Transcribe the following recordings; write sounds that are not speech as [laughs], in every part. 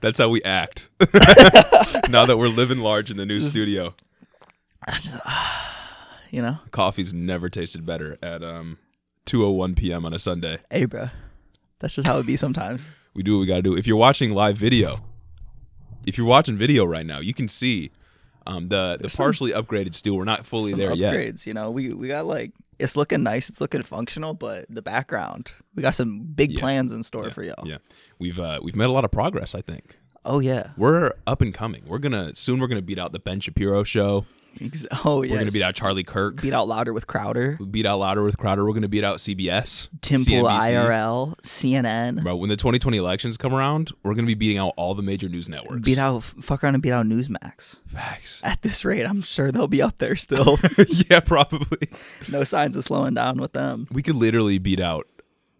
That's how we act. [laughs] now that we're living large in the new studio, you know? coffee's never tasted better at um 2:01 p.m. on a Sunday. Hey, bro. That's just how it [laughs] be sometimes. We do what we got to do. If you're watching live video, if you're watching video right now, you can see um the the partially upgraded steel. We're not fully Some there yet. upgrades, you know? We, we got like, it's looking nice. It's looking functional, but the background, we got some big Yeah. plans in store for y'all. Yeah. We've uh we've made a lot of progress, I think. Oh, yeah. We're up and coming. We're going to soon we're going to beat out the Ben Shapiro show. Ex- [laughs] oh, yeah. We're going to beat out Charlie Kirk. Beat Out Louder [laughs] with Crowder, We beat out Louder with Crowder. We're going to beat out CBS. Temple CNBC. IRL, CNN. Bro, when the 2020 elections come around, we're going to be beating out all the major news networks. Beat out, fuck around and beat [laughs] out Newsmax. Facts. At this rate, I'm sure they'll be up [laughs] there still. [laughs] yeah, probably. no signs of slowing down with them. We could literally beat out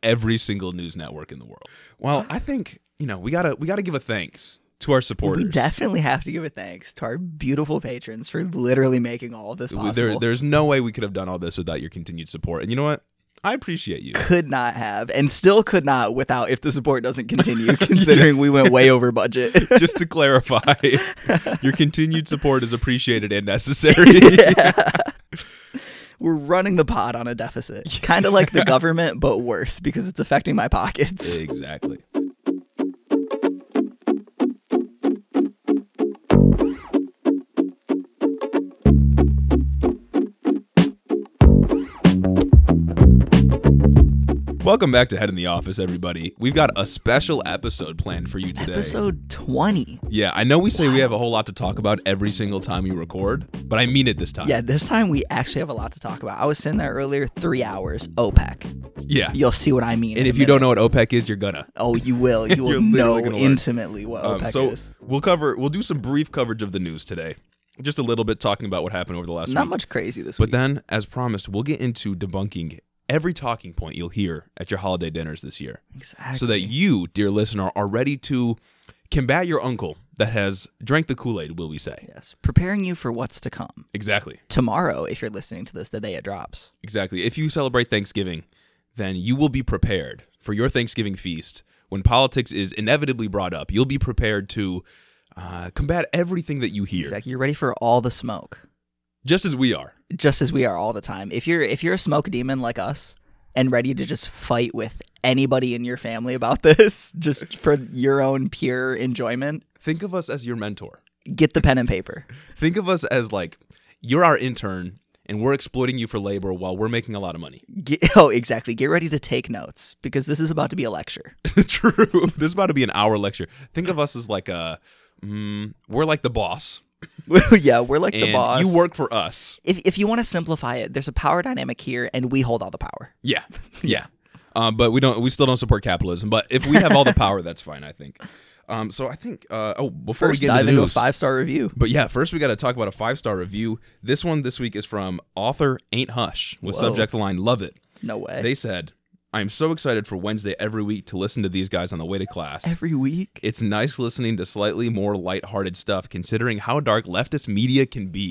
every single news network in the world. Well, I think, you know, we got to we got to give a thanks to our supporters. We definitely have to give a thanks to our beautiful patrons for literally making all of this We- possible. there, there's no way we could have done all this without your continued support. And you know what? I appreciate you. could not have and still could not without if the support [laughs] doesn't continue considering we went way over budget [laughs] Just to [laughs] clarify, your continued support is appreciated and necessary. [laughs] we're running the pod on [laughs] a deficit kind of like the government but worse because it's affecting my pockets Exactly. Welcome back to Head in the Office, everybody. We've got a special episode planned for you today. episode 20 Yeah, I know we say we have a whole lot to talk about every single time we record, but I mean it this time. yeah this time we actually have a lot to talk about i was sitting there earlier three hours opec Yeah. you'll see what i mean And if you don't know what OPEC is, you're gonna. oh you will [laughs] you You're will know literally gonna learn. intimately what Um, opec so is we'll cover we'll do some brief coverage of the news today, just a little bit talking about what happened over the last not week. much crazy this But week then, as promised, we'll get into debunking every talking point you'll hear at your holiday dinners this year, exactly so that you, dear listener, are ready to combat your uncle that has drank the Kool Aid. Will we say yes preparing you for what's to come exactly, tomorrow if you're listening to this the day it drops exactly? If you celebrate Thanksgiving, then you will be prepared for your Thanksgiving feast. When politics is inevitably brought up, you'll be prepared to uh, combat everything that you hear, Exactly. You're ready for all the smoke, just as we are. just as we are all the time. If you're if you're a smoke demon like us and ready to just fight with anybody in your family about [laughs] this, just for your own pure enjoyment, think of us as your mentor. get the pen and paper. Think of us as like you're our intern and we're exploiting you for labor while we're making a lot of money. [laughs] Get, [laughs] oh, exactly. Get ready to take notes because this is about to be a lecture. [laughs] True. This is about to be an hour lecture. Think of us as like a mm, we're like the boss. yeah, we're like And the boss. You work for us. If if you want to simplify it, there's a power dynamic here, and we hold all the power. Yeah. [laughs] Yeah. Um, but we don't we still don't support capitalism. But if we have all the power, that's fine, I think. Um, so I think uh, oh before First, we get dive into the into a news, five star review. But yeah, first we got to talk about a five star review. This one this week is from author Ain't Hush with Whoa. subject line Love It. No way. They said, I am so excited for Wednesday every week to listen to these guys on the way to class. Every week. it's nice listening to slightly more lighthearted stuff considering how dark leftist media can be.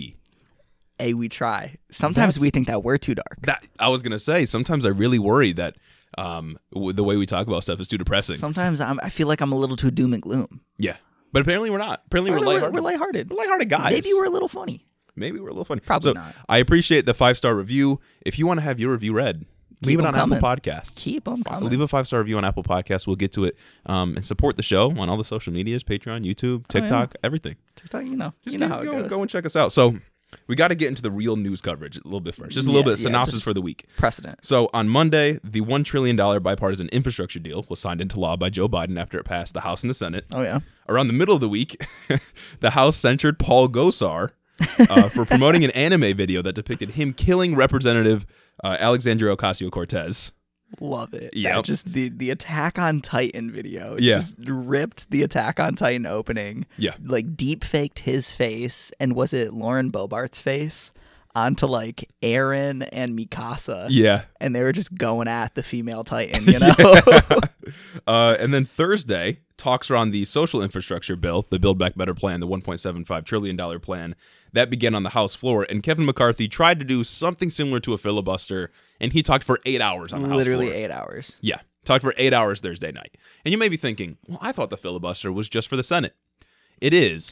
Hey, we try. Sometimes That's- we think that we're too dark. That I was going to say, sometimes I really worry that um, w- the way we talk about stuff is too depressing. Sometimes I'm, I feel like I'm a little too doom and gloom. yeah. But apparently we're not. Apparently We're, we're lighthearted. we're lighthearted. We're lighthearted guys. Maybe we're a little funny. Maybe we're a little funny. So, Probably not. I appreciate the five star review. If you want to have your review read, leave it 'em on coming. Apple Podcasts. Keep them coming. Leave a five star review on Apple Podcasts. We'll get to it um, and support the show on all the social medias: Patreon, YouTube, TikTok, everything. TikTok, Oh, you know, Just you know go- how it go, goes. go and check us out. So we got to get into the real news coverage a little bit first. Just a little Yeah, bit of yeah, synopsis just- for the week. Precedent. So on Monday, the one trillion dollar bipartisan infrastructure deal was signed into law by Joe Biden after it passed the House and the Senate. Oh yeah. Around the middle of the week, [laughs] the House censured Paul Gosar [laughs] uh, for promoting an anime video that depicted him killing Representative uh, Alexandria Ocasio Cortez. Love it. Yeah. Yep. Just the the Attack on Titan video. Yeah. Just ripped the Attack on Titan opening. Yeah. Like deep faked his face and was it Lauren Bobart's face onto like Aaron and Mikasa. Yeah, And they were just going at the [laughs] female Titan, you know? [laughs] Uh, and then Thursday, talks around the social infrastructure bill, the Build Back Better plan, the $1.75 trillion plan, that began on the House floor. And Kevin McCarthy tried to do something similar to a filibuster, and he talked for eight hours on the House Literally floor. eight hours. Yeah. Talked for eight hours Thursday night. And you may be thinking, well, I thought the filibuster was just for the Senate. It [laughs] is.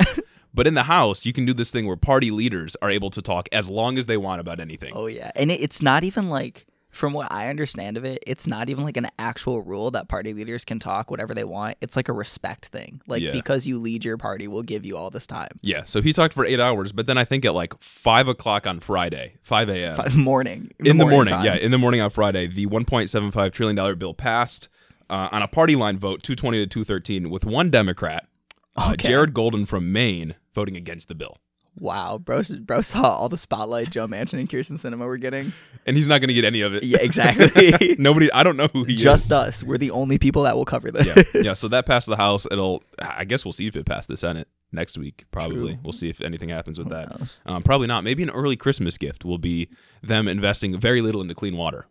but in the House, you can do this thing where party leaders are able to talk as long as they want about anything. Oh yeah, and it, it's not even like, from what I understand of it, it's not even like an actual rule that party leaders can talk whatever they want. It's like a respect thing, like Yeah. because you lead your party, we'll give you all this time. Yeah, so he talked for eight hours, but then I think at like five o'clock on Friday, five a.m. Fi- [laughs] morning Um, in the morning, time. yeah, in the morning on Friday, the 1.75 trillion dollar bill passed uh, on a party line vote, 220 to 213, with one Democrat, uh, Okay. Jared Golden from Maine, voting against the bill. Wow, bro, bro saw all the spotlight Joe Manchin and Kirsten Cinema [laughs] were getting. And he's not going to get any of it. Yeah, [laughs] exactly. Nobody, I don't know who he Just us. We're the only people that will cover this. is. Yeah, so that passed the House. It'll, I guess we'll see if it passed the Senate next week. Probably, True. we'll see if anything happens with that. knows? Um, probably not. Maybe an early Christmas gift will be them investing very little into clean [laughs] water.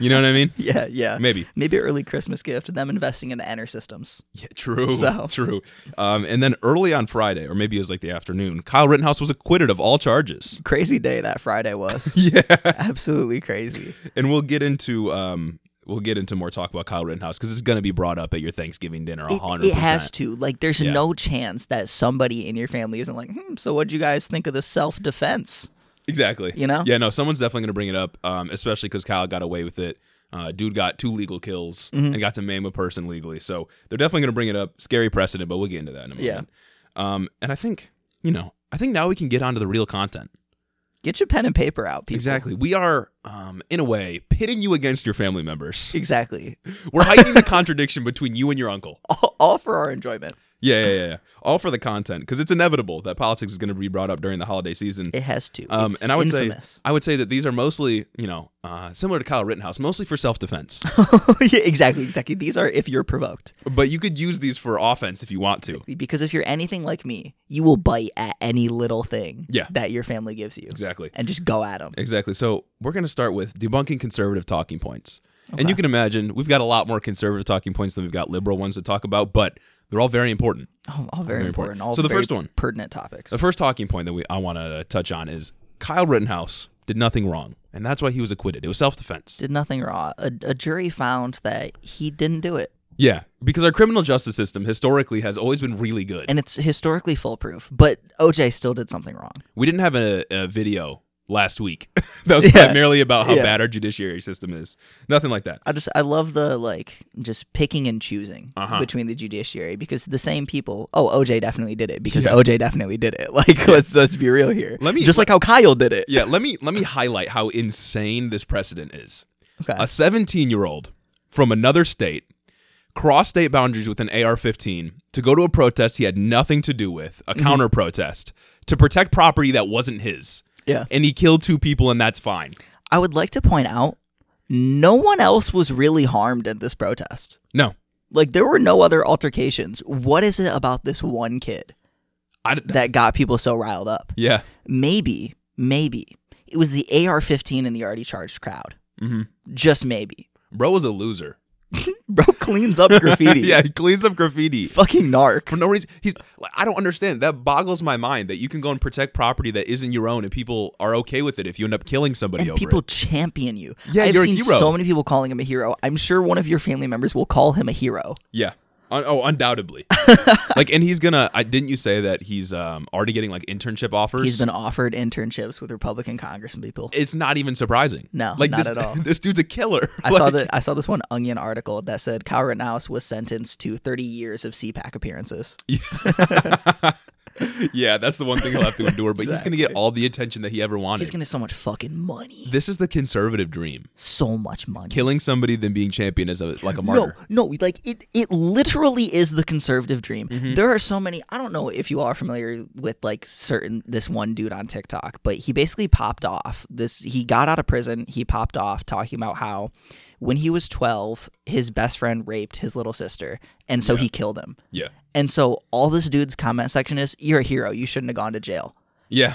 you know what I mean? [laughs] yeah, yeah. Maybe. Maybe early Christmas gift, them investing in Enter Systems. Yeah, true. So- True. Um, and then early on Friday, or maybe it was like the afternoon, Kyle Rittenhouse was acquitted of all charges. Crazy day that Friday was. [laughs] Yeah. Absolutely crazy. And we'll get into um, we'll get into more talk about Kyle Rittenhouse because it's gonna be brought up at your Thanksgiving dinner. It, hundred it percent. has to. Like, there's Yeah. no chance that somebody in your family isn't like, hmm, so what'd you guys think of the self defense? Exactly. You know? Yeah. No, someone's definitely gonna bring it up, um, especially because Kyle got away with it. Uh, dude got two legal kills Mm-hmm. and got to maim a person legally. So they're definitely gonna bring it up. Scary precedent, but we'll get into that in a Yeah. moment. Um, and I think you know, I think now we can get onto the real content. Get your pen and paper out, people. Exactly. We are, um, in a way, pitting you against your family members. [laughs] Exactly. We're heightening the contradiction between you and your uncle. All, all for our enjoyment. Yeah, yeah, yeah. yeah. All for the content, because it's inevitable that politics is going to be brought up during the holiday season. It has to. Um, It's and I would infamous. [laughs] say, I would say that these are mostly, you know, uh, similar to Kyle Rittenhouse, mostly for [laughs] self-defense. yeah, exactly, exactly. These are if you're provoked. but you could use these for offense if you want to. Because if you're anything like me, you will bite at any little thing Yeah. that your family gives you Exactly. and just go at them. Exactly. So we're going to start with debunking conservative talking points. And you can imagine we've got a lot more conservative talking points than we've got liberal ones to talk about, but they're all very important. All, Oh, all very, Very important. important. All So the very first one. pertinent topics. The first talking point that we I want to touch on is Kyle Rittenhouse did nothing wrong, and that's why he was acquitted. It was self-defense. Did nothing wrong. A, a jury found that he didn't do it, Yeah, because our criminal justice system historically has always been really good. and it's historically foolproof. But OJ still did something wrong. we didn't have a, a video last week [laughs] that was Yeah. primarily about how Yeah. bad our judiciary system is. Nothing like that. I just I love the like just picking and choosing Uh-huh. between the judiciary because the same people. Oh, OJ definitely did it because Yeah. OJ definitely did it. [laughs] Like let's let's be real here. Let me- just like how Kyle did it. Yeah, let me let me highlight how insane this precedent is. Okay. A 17-year-old from another state crossed state boundaries with an AR-15 to go to a protest he had nothing to do with, a Mm-hmm. counter protest to protect property that wasn't his. yeah. and he killed two people and that's fine. I would like to point out no one else was really harmed in this protest. No. Like there were no other altercations. What is it about this one kid I d- that got people so riled up? yeah. Maybe, maybe it was the AR-15 and the already charged crowd. Mhm. Just maybe. Bro was a loser. [laughs] Bro [laughs] cleans up graffiti. yeah, he cleans up graffiti. Fucking narc. For no reason. He's like I don't understand. That boggles my mind that you can go and protect property that isn't your own and people are okay with it if you end up killing somebody And over people it. champion you. Yeah, I've you're a seen hero. so many people calling him a hero. I'm sure one of your family members will call him a hero. Yeah. Un- oh, [laughs] undoubtedly. like and he's going to I didn't you say that he's um already getting like internship offers? He's been offered internships with Republican Congressmen people. it's not even surprising. No, like not this, at all. [laughs] This dude's a killer. I Like, saw the I saw this one Onion article that said Kyle Rittenhouse was sentenced to 30 years of CPAC appearances. [laughs] Yeah, that's the one thing he'll have to endure. But he's gonna get all the attention that he ever wanted. He's gonna so much fucking money, this is the conservative dream. so much money. killing somebody than being champion as a like a no, martyr. no, like it it literally is the conservative dream. There are so many. I don't know if you all are familiar with like certain this one dude on TikTok, but he basically popped off. This he got out of prison. He popped off talking about how when he was 12, his best friend raped his little sister, and so he killed him. Yeah. And so all this dude's comment section is, "You're a hero. You shouldn't have gone to jail. Yeah.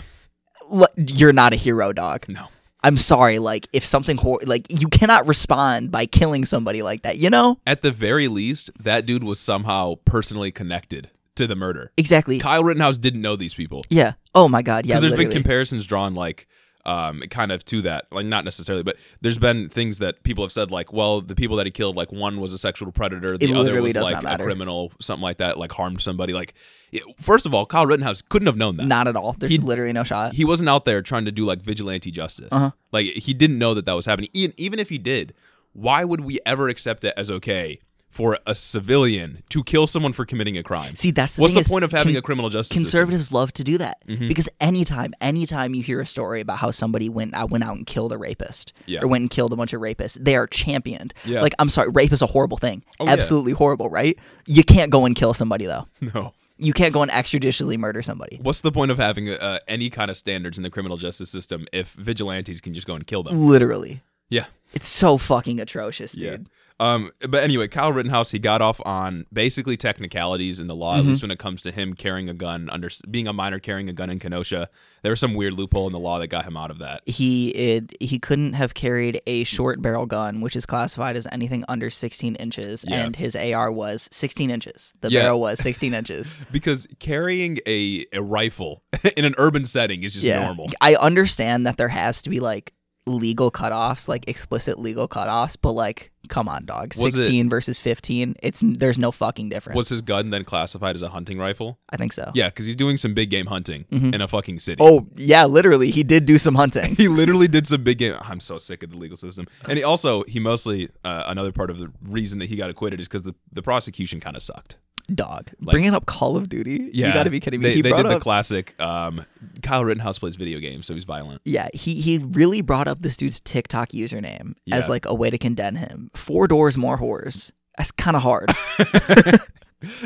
L- you're not a hero, dog. No. I'm sorry. Like if something hor- like you cannot respond by killing somebody like that. You know At the very least, that dude was somehow personally connected to the murder. exactly. Kyle Rittenhouse didn't know these people. yeah. Oh my God. Yeah. Because there's literally. been comparisons drawn like um, kind of to that. Like, not necessarily, but there's been things that people have said, like, well, the people that he killed, like, one was a sexual predator, the other literally was does like not a matter. criminal, something like that, like harmed somebody. Like, it- first of all, Kyle Rittenhouse couldn't have known that. Not at all. There's He- literally no shot. He wasn't out there trying to do like vigilante justice. Uh-huh. Like, he didn't know that that was happening. Even, even if he did, why would we ever accept it as okay for a civilian to kill someone for committing a crime? See, that's the What's thing the is point of having con- a criminal justice system? Conservatives love to do that Mm-hmm. because anytime, anytime you hear a story about how somebody went out, went out and killed a rapist Yeah. or went and killed a bunch of rapists, they are championed. Yeah. Oh, Like, I'm sorry, rape is a horrible thing, yeah. absolutely horrible, right? You can't go and kill somebody though. [laughs] No. You can't go and extrajudicially murder somebody. What's the point of having uh, any kind of standards in the criminal justice system if vigilantes can just go and kill Mm. them? Literally, Yeah. it's so fucking atrocious, dude. Um, but anyway, Kyle Rittenhouse he got off on basically technicalities in the law, at least when it comes to him carrying a gun under being a minor carrying a gun in Kenosha. There was some weird loophole in the law that got him out of that. He it, he couldn't have carried a short barrel gun, which is classified as anything under 16 inches, Yeah. and his AR was 16 inches. The Yeah. barrel was 16 inches. Because carrying a, a rifle [laughs] in an urban setting is [laughs] just normal. I understand that there has to be like legal cutoffs, like explicit legal cutoffs, but like, come on, dog. Was it- Sixteen versus fifteen, it's there's no fucking difference. Was his gun then classified as a hunting rifle? I think so. Yeah, because he's doing some big game hunting in a fucking city. Oh yeah, literally, he did do [laughs] some hunting. he literally did some big game. I'm so sick of the legal system. And he also, he mostly, uh, another part of the reason that he got acquitted is because the, the prosecution kind of sucked. dog, bringing up Call of Duty. Yeah. you got to be kidding me. They, he they brought did the up. classic um, Kyle Rittenhouse plays video games, so he's violent. yeah, he, he really brought up this dude's TikTok username Yeah. as like a way to condemn him. Four doors more whores. That's kind [laughs] of hard.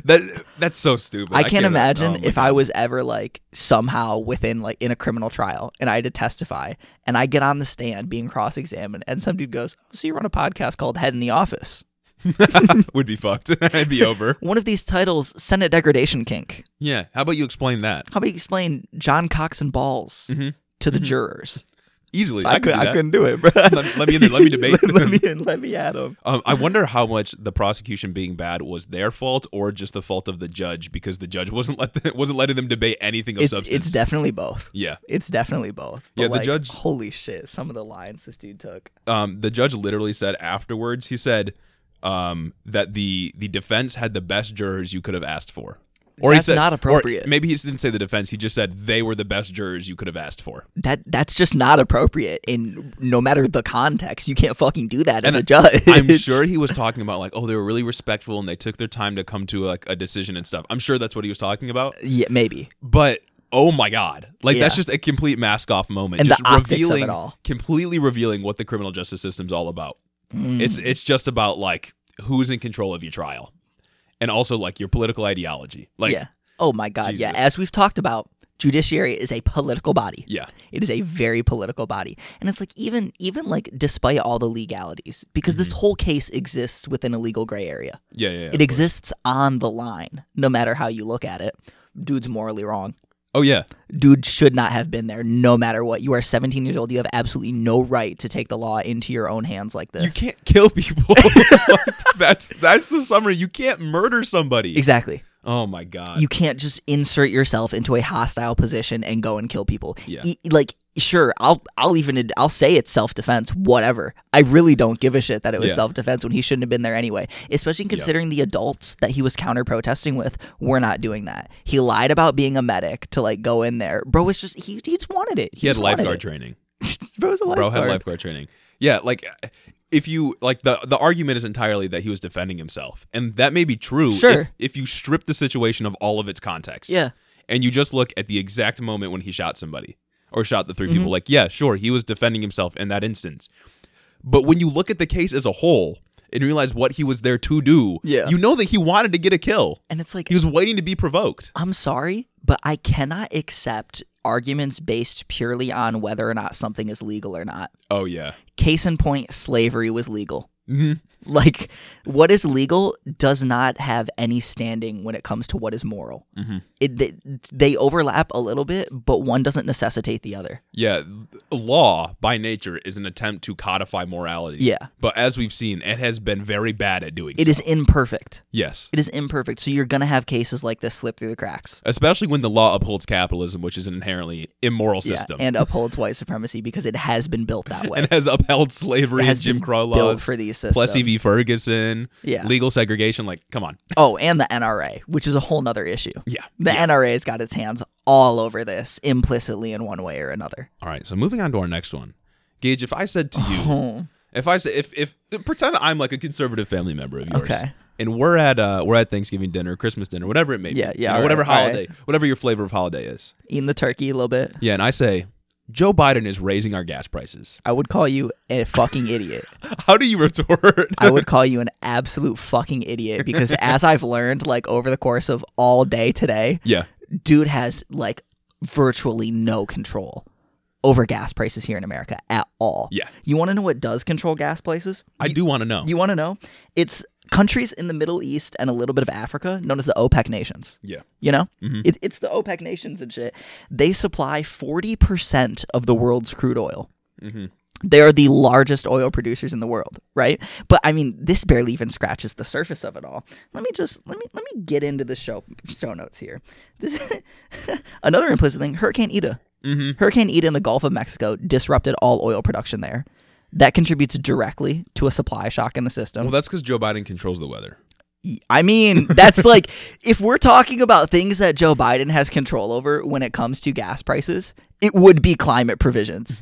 That That's so stupid. I can't, imagine oh my if I was ever like somehow within like in a criminal trial and I had to testify and I get on the stand being cross examined and some dude goes, oh, So you run a podcast called Head in the Office. God. [laughs] Would be fucked. I'd be over. One of these titles, Senate Degradation Kink. Yeah. How about you explain that? How about you explain John Cox and Balls to the jurors? Easily. Mm-hmm. I, I, could, could, do I that. couldn't do it, bro. Let- let me in there. Let [laughs] me debate let, let me in. Let me at him. Um, I wonder how much the prosecution being bad was their fault or just the fault of the judge because the judge wasn't let [laughs] the, wasn't letting them debate anything of It's, substance. it's definitely both. yeah. It's definitely both. But, Yeah, the like, judge- Holy shit! Some of the lines this dude took. um, the judge literally said afterwards. He said um, that the the defense had the best jurors you could have asked for. Or That's not or appropriate. maybe he just didn't say the defense. He just said they were the best jurors you could have asked for. that that's just not appropriate in no matter the context you can't fucking do that as And a judge I'm [laughs] sure he was talking about like, oh, they were really respectful and they took their time to come to like a decision and stuff. I'm sure that's what he was talking about. yeah maybe But oh my god, like that's Yeah. just a complete mask off moment. And the just optics of it revealing, all. completely revealing what the criminal justice system's all about. Mm. It's it's just about like who's in control of your trial, and also like your political ideology. Like yeah oh my god yeah Jesus. as we've talked about judiciary is a political body yeah, it is a very political body and it's like even even like despite all the legalities because Mm-hmm. this whole case exists within a legal gray area yeah, yeah. yeah. it exists on the line no matter how you look at it dude's morally wrong oh yeah, dude should not have been there no matter what you are 17 years old you have absolutely no right to take the law into your own hands like this you can't kill people. [laughs] Like, that's that's the summary. You can't murder somebody. exactly oh my god. you can't just insert yourself into a hostile position and go and kill people Yeah. E- like sure i'll i'll even ad- i'll say it's self-defense whatever i really don't give a shit that it was Yeah. self-defense when he shouldn't have been there anyway especially considering the adults that he was counter-protesting with were not doing that he lied about being a medic to like go in there bro was just he, he just wanted it he, he had just wanted lifeguard it. training. [laughs] bro was a Bro lifeguard had lifeguard training. Yeah, like if you like the the argument is entirely that he was defending himself, and that may be true. If, Sure. if you strip the situation of all of its context. yeah and you just look at the exact moment when he shot somebody or shot the 3 Mm-hmm. people, like, yeah, sure, he was defending himself in that instance. But when you look at the case as a whole and realize what he was there to do, Yeah. you know that he wanted to get a kill. and it's like He was waiting to be provoked. I'm sorry, but I cannot accept arguments based purely on whether or not something is legal or not. Oh, yeah. Case in point, slavery was legal. Mhm. Like, what is legal does not have any standing when it comes to what is moral. Mhm. It, they, they overlap a little bit, but one doesn't necessitate the other. Yeah, law by nature is an attempt to codify morality. Yeah. But as we've seen, it has been very bad at doing It is imperfect. Yes. It is imperfect. So you're going to have cases like this slip through the cracks. Especially when the law upholds capitalism, which is an inherently immoral system Yeah, and upholds white supremacy because it has been built [laughs] that way. and has upheld slavery It has and Jim been Crow built laws. for these systems. Plessy v. Ferguson, Yeah. legal segregation. Like, come on. Oh, and the NRA, which is a whole nother issue. Yeah. The NRA's got its hands all over this implicitly in one way or another. All right. So moving on to our next one. Gage, if I said to you, [laughs] Oh, if I say, if, if, pretend I'm like a conservative family member of yours. Okay. And we're at uh we're at Thanksgiving dinner, Christmas dinner, whatever it may be. Yeah, yeah, you know, all right, whatever all right. holiday, whatever your flavor of holiday is. eating the turkey a little bit. Yeah, and I say Joe Biden is raising our gas prices. [laughs] I would call you a fucking idiot. How do you retort? I would call you an absolute fucking idiot because as I've learned like over the course of all day today, [laughs] yeah. dude has like virtually no control over gas prices here in America at all. Yeah. You want to know what does control gas prices? I do want to know. You want to know? It's countries in the Middle East and a little bit of Africa known as the OPEC nations. yeah. You know, it, it's the OPEC nations and shit. They supply 40% of the world's crude oil. They are the largest oil producers in the world, right? But I mean, this barely even scratches the surface of it all. Let me just let me let me get into the show show notes here. This [laughs] another implicit thing: Hurricane Ida. Hurricane Ida in the Gulf of Mexico disrupted all oil production there. That contributes directly to a supply shock in the system. Well, that's because Joe Biden controls the weather. I mean, that's like if we're talking about things that Joe Biden has control over when it comes to gas prices, it would be climate provisions.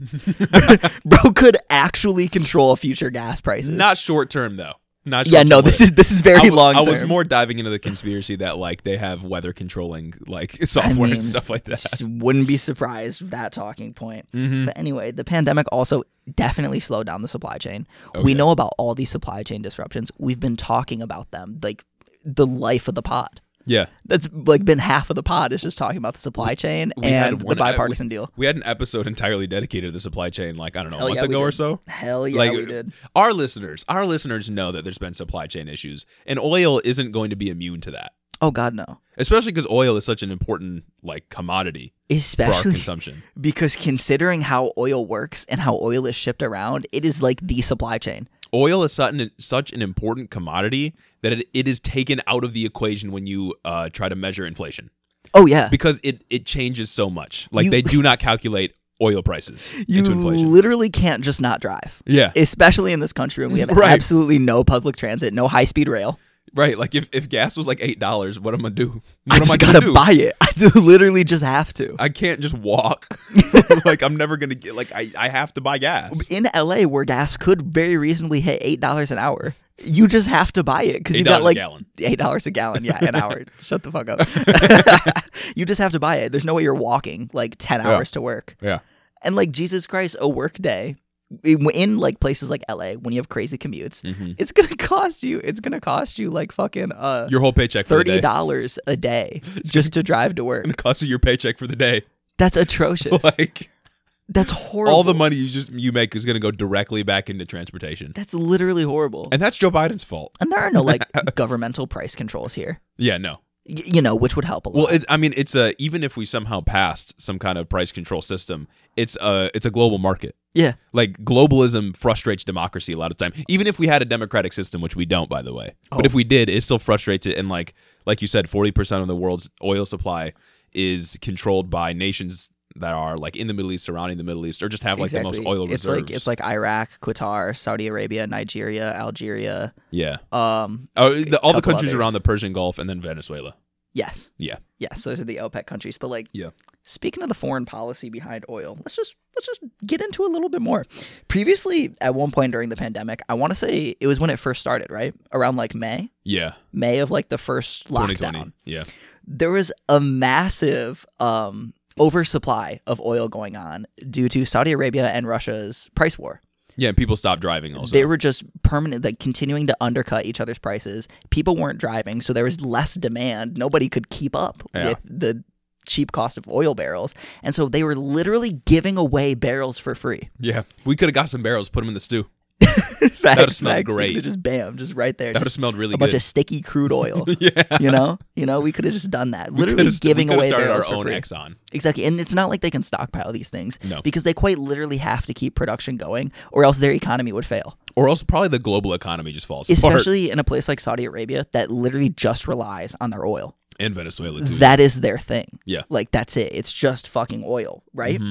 [laughs] Bro could actually control future gas prices. Not short term though. Not short yeah, no, this is this is very long. I was term. more diving into the conspiracy that like they have weather controlling like [laughs] software mean, and stuff like that. S- wouldn't be surprised with that talking point. Mm-hmm. But anyway, the pandemic also definitely slowed down the supply chain. We Okay. know about all these supply chain disruptions. We've been talking about them like the life of the pod. Yeah. That's like been half of the pod is just talking about the supply chain We had and the one- I- we- bipartisan deal. We had an episode entirely dedicated to the supply chain, like I don't know, a Hell month yeah, we ago or did. so. Hell yeah, like uh, we did. our listeners, our listeners know that there's been supply chain issues, and oil isn't going to be immune to that. Oh God, no. Especially because oil is such an important like commodity for our Especially consumption. [laughs] because considering how oil works and how oil is shipped around, it is like the supply chain. Oil is such an, such an important commodity that it, it is taken out of the equation when you uh, try to measure inflation Oh yeah, because it, it changes so much. Like You- they do not calculate oil prices you into inflation. literally can't just not drive. yeah, Especially in this country when we have Right. absolutely no public transit, no high speed rail. right. Like if, if gas was like eight dollars, what am I do? What I am just gonna gotta do? buy it. [laughs] I do literally just have to. I can't just [laughs] walk. [laughs] like I'm never gonna get. Like I, I have to buy gas. in LA, where gas could very reasonably hit eight dollars an hour, you just have to buy it because you $8 got a like gallon. eight dollars a gallon. Yeah, [laughs] an hour. Shut the fuck up. you just have to buy it. There's no way you're walking like ten Yeah. hours to work. Yeah. And like Jesus Christ, a work day in, in, like places like LA when you have crazy commutes, it's gonna [laughs] cost you. It's gonna cost you like fucking uh Mm-hmm. Your whole paycheck for the thirty day. dollars [laughs] a day just to drive to work. Gonna cost you your paycheck for the [laughs] day. [laughs] That's atrocious. Like That's horrible. all the money you just you make is gonna go directly back into transportation. That's literally horrible. And that's Joe Biden's fault. And there are [laughs] no like governmental price controls here, Yeah, no. y- you know, which would help a lot. Well, it, I mean, it's a even if we somehow passed some kind of price control system, it's a it's a global market. yeah. Like globalism frustrates democracy a lot of time. Even if we had a democratic system, which we don't, by the way, but Oh. if we did, it still frustrates it. And like like you said, forty percent of the world's oil supply is controlled by nations that are like in the Middle East, surrounding the Middle East, or just have like the most oil reserves. It's like it's like Iraq, Qatar, Saudi Arabia, Nigeria, Algeria. yeah, Um, oh, the, all the couple countries others. around the Persian Gulf and then Venezuela. yes, Yeah, yes, those are the OPEC countries. But like, yeah, speaking of the foreign policy behind oil, let's just let's just get into a little bit more. Previously, at one point during the pandemic, I want to say it was when it first started, right around like May, yeah. May of like the first Twenty twenty. lockdown. Yeah, there was a massive um, oversupply of oil going on due to Saudi Arabia and Russia's price war. yeah. And people stopped driving. Also, They were just permanent, like continuing to undercut each other's prices. People weren't driving, so there was less demand. Nobody could keep up Yeah. with the cheap cost of oil barrels, and so they were literally giving away barrels for free. [laughs] yeah. We could have got some barrels, put them in the stew. Facts, would've smelled facts. We great. could've Just bam, just right there. That would have just smelled really a bunch good. [laughs] of sticky crude oil. yeah. You know, you know, we could have just done that. We Literally could've st- we giving could've away started barrels our for own free. Exxon. Exactly, and it's not like they can stockpile these things No. because they quite literally have to keep production going, or else their economy would fail. Or else probably the global economy just falls [laughs] apart. Especially in a place like Saudi Arabia that literally just relies on their oil. And Venezuela too. That is their thing. Mm-hmm. Yeah. Mm-hmm. Like that's it. It's just fucking oil, right?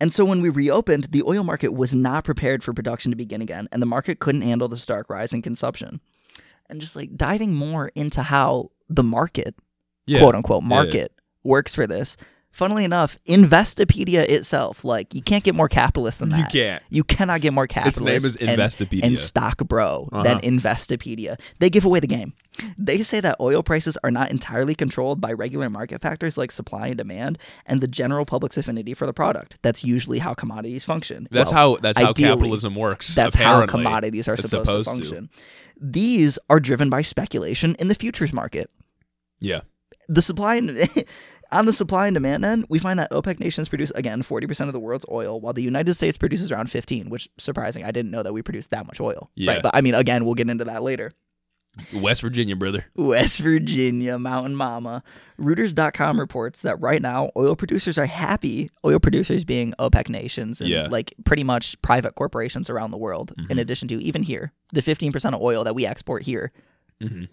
And so when we reopened, the oil market was not prepared for production to begin again, and the market couldn't handle the stark rise in consumption. And just like diving more into how the market, yeah. quote unquote, Yeah. market works for this. Funnily enough, Investopedia itself, like you can't get more capitalist than that. You can't. You cannot get more Its capitalist. name is and- Investopedia. and Stock Bro than Investopedia. They give away the game. They say that oil prices are not entirely controlled by regular market factors like supply and demand and the general public's affinity for the product. That's usually how commodities function. that's Well, how that's how ideally, capitalism works. That's apparently. how commodities are It's supposed, supposed to to. function. These are driven by speculation in the futures market Yeah. the supply and [laughs] on the supply and demand end, we find that OPEC nations produce again 40% of the world's oil, while the United States produces around 15, which surprising. I didn't know that we produced that much oil. Yeah. Right. But I mean, again, we'll get into that later. West Virginia, brother. West Virginia, Mountain Mama. Reuters.com reports that right now oil producers are happy, oil producers being OPEC nations and Yeah. Mm-hmm. like pretty much private corporations around the world, in addition to even here, the 15% of oil that we export here, private. All, Mm-hmm.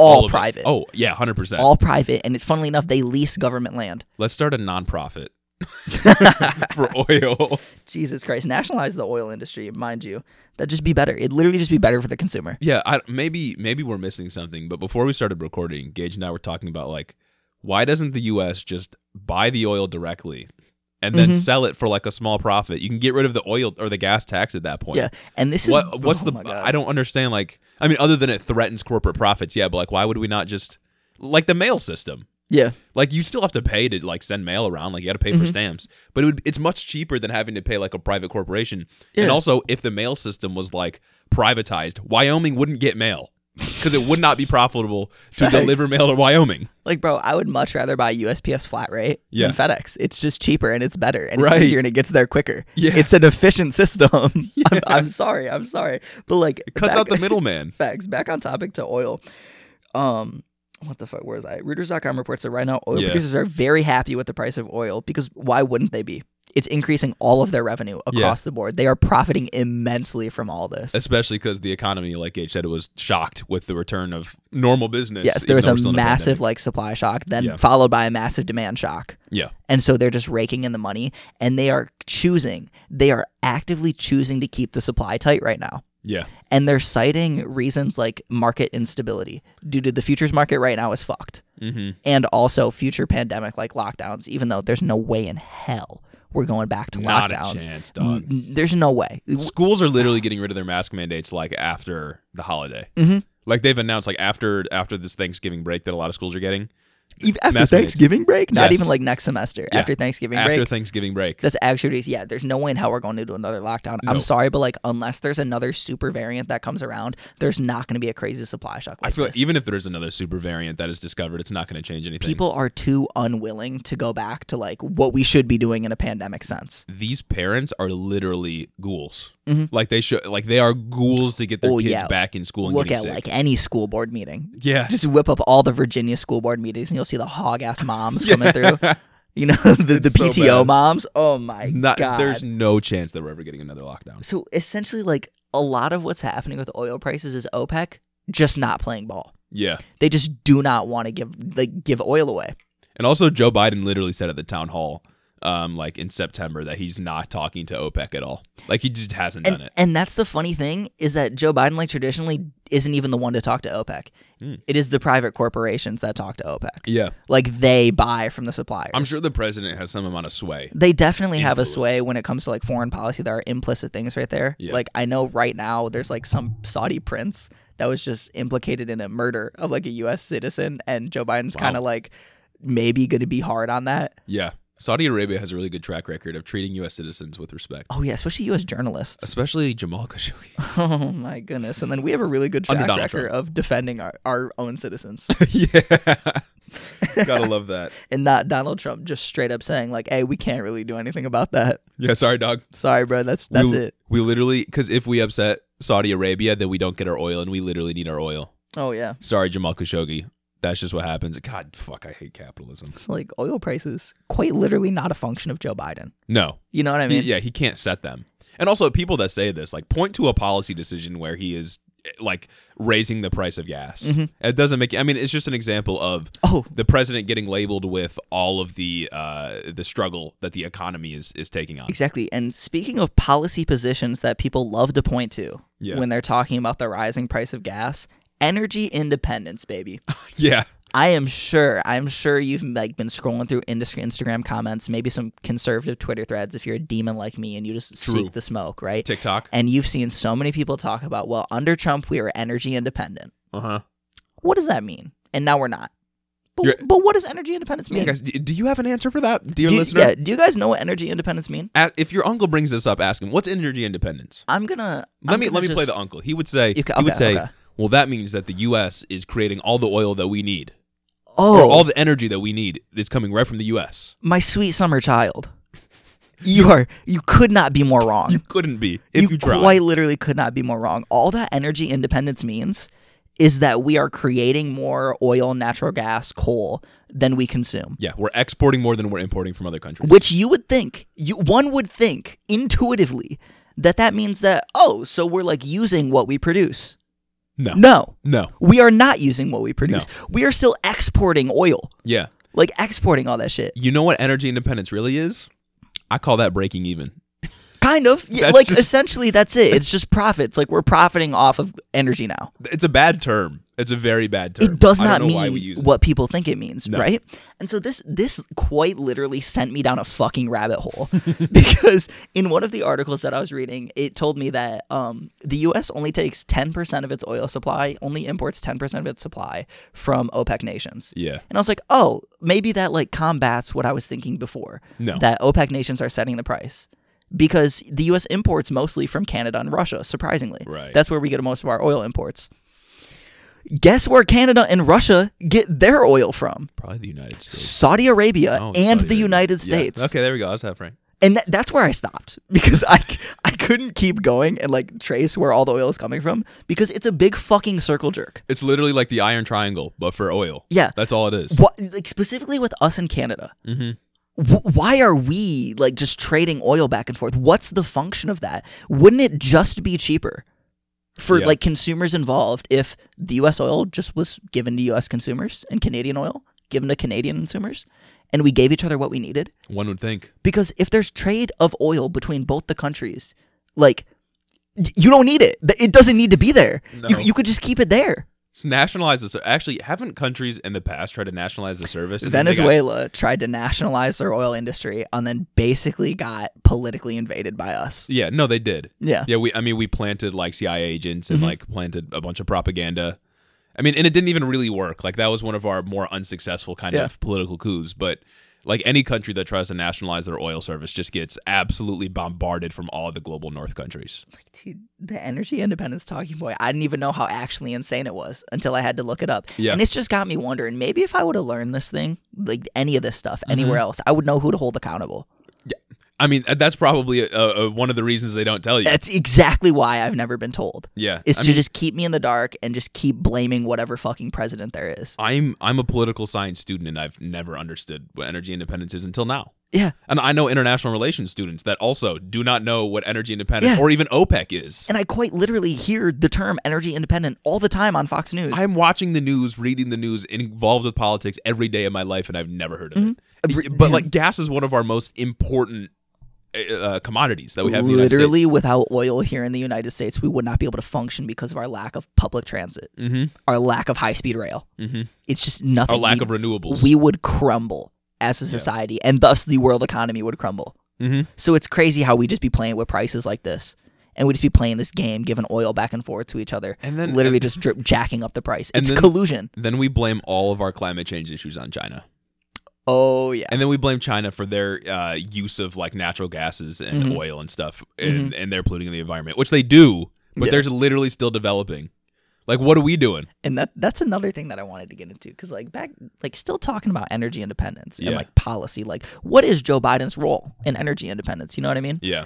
of it. private. Oh, yeah, 100%. All private. And it's funnily enough, they lease government land. Let's start a [laughs] nonprofit [laughs] for oil. Jesus Christ, nationalize the oil industry, mind you. That'd just be better. It'd literally just be better for the consumer. Yeah, I, maybe maybe we're missing something. But before we started recording, Gage and I were talking about like, why doesn't the U.S. just buy the oil directly and then Mhm. sell it for like a small profit? You can get rid of the oil or the gas tax at that point. Yeah. And this is What what's oh the? my God. I don't understand. Like, I mean, other than it threatens corporate profits, yeah. But like, why would we not just like the mail system? Yeah. Mm-hmm. Like you still have to pay to like send mail around. Like you got to pay for stamps, but it would, it's much cheaper than having to pay like a private corporation. Yeah. And also, if the mail system was like privatized, Wyoming wouldn't get mail because it would not be [laughs] profitable to Facts. deliver mail to Wyoming. Like, bro, I would much rather buy USPS flat rate Yeah. than FedEx. It's just cheaper and it's better and Right. it's easier and it gets there quicker. Yeah. It's an efficient system. [laughs] I'm, I'm sorry. I'm sorry. But like, It cuts back- out the middleman. [laughs] facts. Back on topic to oil. Um, what the fuck? Where is I? Reuters.com reports that right now oil Yeah. producers are very happy with the price of oil because why wouldn't they be? It's increasing all of their revenue across the board. They are profiting immensely from all this. Especially because the economy, like Gage said, was shocked with the return of normal business. yes, even there was though a we're still in massive pandemic. like supply shock, then Yeah. followed by a massive demand shock. yeah, And so they're just raking in the money and they are choosing, they are actively choosing to keep the supply tight right now. yeah, And they're citing reasons like market instability due to the futures market right now is fucked. hmm And also future pandemic like lockdowns, even though there's no way in hell we're going back to not lockdowns. Mm, a chance, dog. N- n- There's no way. schools are literally getting rid of their mask mandates like after the holiday. Mhm. Like they've announced like after after this Thanksgiving break that a lot of schools are getting Even after Mask mandates. Thanksgiving break? Not Yes. even like next semester. Yeah. After Thanksgiving after break. Thanksgiving break. That's actually yeah. There's no way in hell we're going to do another lockdown. No. I'm sorry, but like unless there's another super variant that comes around, there's not going to be a crazy supply shock. I Like feel like this. even if there is another super variant that is discovered, it's not going to change anything. people are too unwilling to go back to like what we should be doing in a pandemic sense. These parents are literally ghouls. Mhm. Like they should like they are ghouls to get their Oh, kids yeah. back in school and Look getting at sick. like any school board meeting. yeah. [laughs] Just whip up all the Virginia school board meetings, and you'll see the hog ass moms coming through. [laughs] Yeah. You know [laughs] the, the It's so PTO bad. moms. Oh my Not, god! there's no chance that we're ever getting another lockdown. so essentially like a lot of what's happening with oil prices is OPEC just not playing ball. Yeah. They just do not want to give like give oil away. And also Joe Biden literally said at the town hall um like in September that he's not talking to OPEC at all. Like he just hasn't done and, it. and that's the funny thing is that Joe Biden, like traditionally, isn't even the one to talk to OPEC. Mm. It is the private corporations that talk to OPEC. Yeah. Like they buy from the suppliers. I'm sure the president has some amount of sway. they definitely have a Influence. sway when it comes to like foreign policy. There are implicit things right there. Yeah. Like I know right now there's like some Saudi prince that was just implicated in a murder of like a U.S. citizen, and Joe Biden's Wow. kind of like maybe going to be hard on that. Yeah. Saudi Arabia has a really good track record of treating U.S. citizens with respect, Oh yeah, especially U.S. journalists. especially Jamal [laughs] Khashoggi. [laughs] Oh my goodness! And then we have a really good Under track Donald record Trump. of defending our, our [laughs] own citizens, yeah. Gotta love [laughs] that. and not Donald Trump just straight up saying like, "Hey, we can't really do anything about that. Yeah. Sorry, dog. Sorry, bro. That's that's we, it." We literally because if we upset Saudi Arabia, then we don't get our oil, and we literally need our oil. Oh yeah. Sorry, Jamal Khashoggi. That's just what happens. God, fuck, I hate capitalism. It's like oil prices quite literally not a function of Joe Biden. No, You know what I He- mean? yeah, he can't set them. And also, people that say this like point to a policy decision where he is eh, like raising the price of gas. Mm-hmm. It doesn't make. I mean, it's just an example of Oh. the president getting labeled with all of the uh the struggle that the economy is is taking on. Exactly. And speaking of policy positions that people love to point to Yeah. when they're talking about the rising price of gas, energy independence, baby. [laughs] Yeah, I am sure. I'm sure you've like been scrolling through indus- Instagram comments, maybe some conservative Twitter threads if you're a demon like me and you just True. seek the smoke, right? TikTok. And you've seen so many people talk about, well, under Trump we were energy independent. Uh huh. What does that mean? And now we're not. You're- But, but what does energy independence mean? Yeah, guys, d- do you have an answer for that, dear do, you, listener? yeah, do you guys know what energy independence mean? A- If your uncle brings this up, ask him what's energy independence. I'm gonna Let I'm me gonna let me play just- the uncle. He would say You ca- he would okay, say, okay. well, that means that the U.S. is creating all the oil that we need. oh or all the energy that we need is coming right from the U.S. my sweet summer child. You are you could not be more wrong. You couldn't be if you, tried. quite literally could not be more wrong. All that energy independence means is that we are creating more oil, natural gas, coal than we consume. yeah, we're exporting more than we're importing from other countries. Which you would think, you one would think intuitively that that means that oh, so we're like using what we produce. No, no, No. We are not using what we produce. We are still exporting oil. yeah. Like exporting all that shit. You know what energy independence really is? I call that breaking even. Kind of. Yeah, That's like just- essentially [laughs] that's it. It's just profits. Like we're profiting off of energy now. It's a bad term. It's a very bad term. It does I don't not know why we mean use it. what people think it means, No. right? And so this this quite literally sent me down a fucking rabbit hole [laughs] because in one of the articles that I was reading, it told me that um, the U.S. only takes ten percent of its oil supply, only imports ten percent of its supply from OPEC nations. Yeah, And I was like, oh, maybe that like combats what I was thinking before. No. That OPEC nations are setting the price. Because the US imports mostly from Canada and Russia, surprisingly. Right. That's where we get most of our oil imports. Guess where Canada and Russia get their oil from? probably the United States Saudi Arabia Oh, and Saudi the Arabia. United Yeah. States. Okay, there we go. I was half right. And that, that's where I stopped [laughs] because I, I couldn't keep going and like trace where all the oil is coming from because it's a big fucking circle jerk. It's literally like the Iron Triangle, but for oil. Yeah. that's all it is. What, like specifically with us in Canada, Mm-hmm. wh- why are we like just trading oil back and forth? What's the function of that? Wouldn't it just be cheaper for Yeah. like consumers involved if the U.S. oil just was given to U.S. consumers and Canadian oil given to Canadian consumers, and we gave each other what we needed? One would think. Because if there's trade of oil between both the countries, like y- you don't need it. Th- It doesn't need to be there. No. You, you could just keep it there. So nationalize this. Actually, haven't countries in the past tried to nationalize the service? and then they got- Venezuela tried to nationalize their oil industry and then basically got politically invaded by us. Yeah, no, they did. Yeah. Mm-hmm. Yeah, we I mean we planted like CIA agents and like planted a bunch of propaganda. I mean, and it didn't even really work. Like that was one of our more unsuccessful kind Yeah. of political coups, but like any country that tries to nationalize their oil service just gets absolutely bombarded from all the global north countries. Dude, the energy independence talking point, I didn't even know how actually insane it was until I had to look it up. Yeah. And it's just got me wondering maybe if I would have learned this thing, like any of this stuff, Mm-hmm. anywhere else, I would know who to hold accountable. I mean, uh, that's probably uh uh one of the reasons they don't tell you. That's exactly why I've never been told. yeah. Is I to mean, just keep me in the dark and just keep blaming whatever fucking president there is. I'm I'm a political science student and I've never understood what energy independence is until now. Yeah. And I know international relations students that also do not know what energy independence Yeah. or even OPEC is. And I quite literally hear the term energy independent all the time on Fox News. I'm watching the news, reading the news, involved with politics every day of my life, and I've never heard Mm-hmm. of Br- it. But like, gas is one of our most important uh, uh, commodities that we have. in the United literally States. without oil here in the United States, we would not be able to function because of our lack of public transit, our lack of high speed rail. Mm-hmm. It's just nothing. Mm-hmm. our lack we, of renewables. we would crumble as a society, and thus the world economy would crumble. Mhm. So it's crazy how we just be playing with prices like this. And we just be playing this game, giving oil back and forth to each other, And then- literally just drip, jacking up the price. and It's then- collusion. then we blame all of our climate change issues on China, Oh yeah, and then we blame China for their uh, use of like natural gases and Mm-hmm. oil and stuff, and, and they're polluting the environment, which they do, but Yeah. they're literally still developing. Like, what are we doing? and that that's another thing that I wanted to get into because like back like still talking about energy independence Yeah. and like policy like what is Joe Biden's role in energy independence you know what I mean Yeah,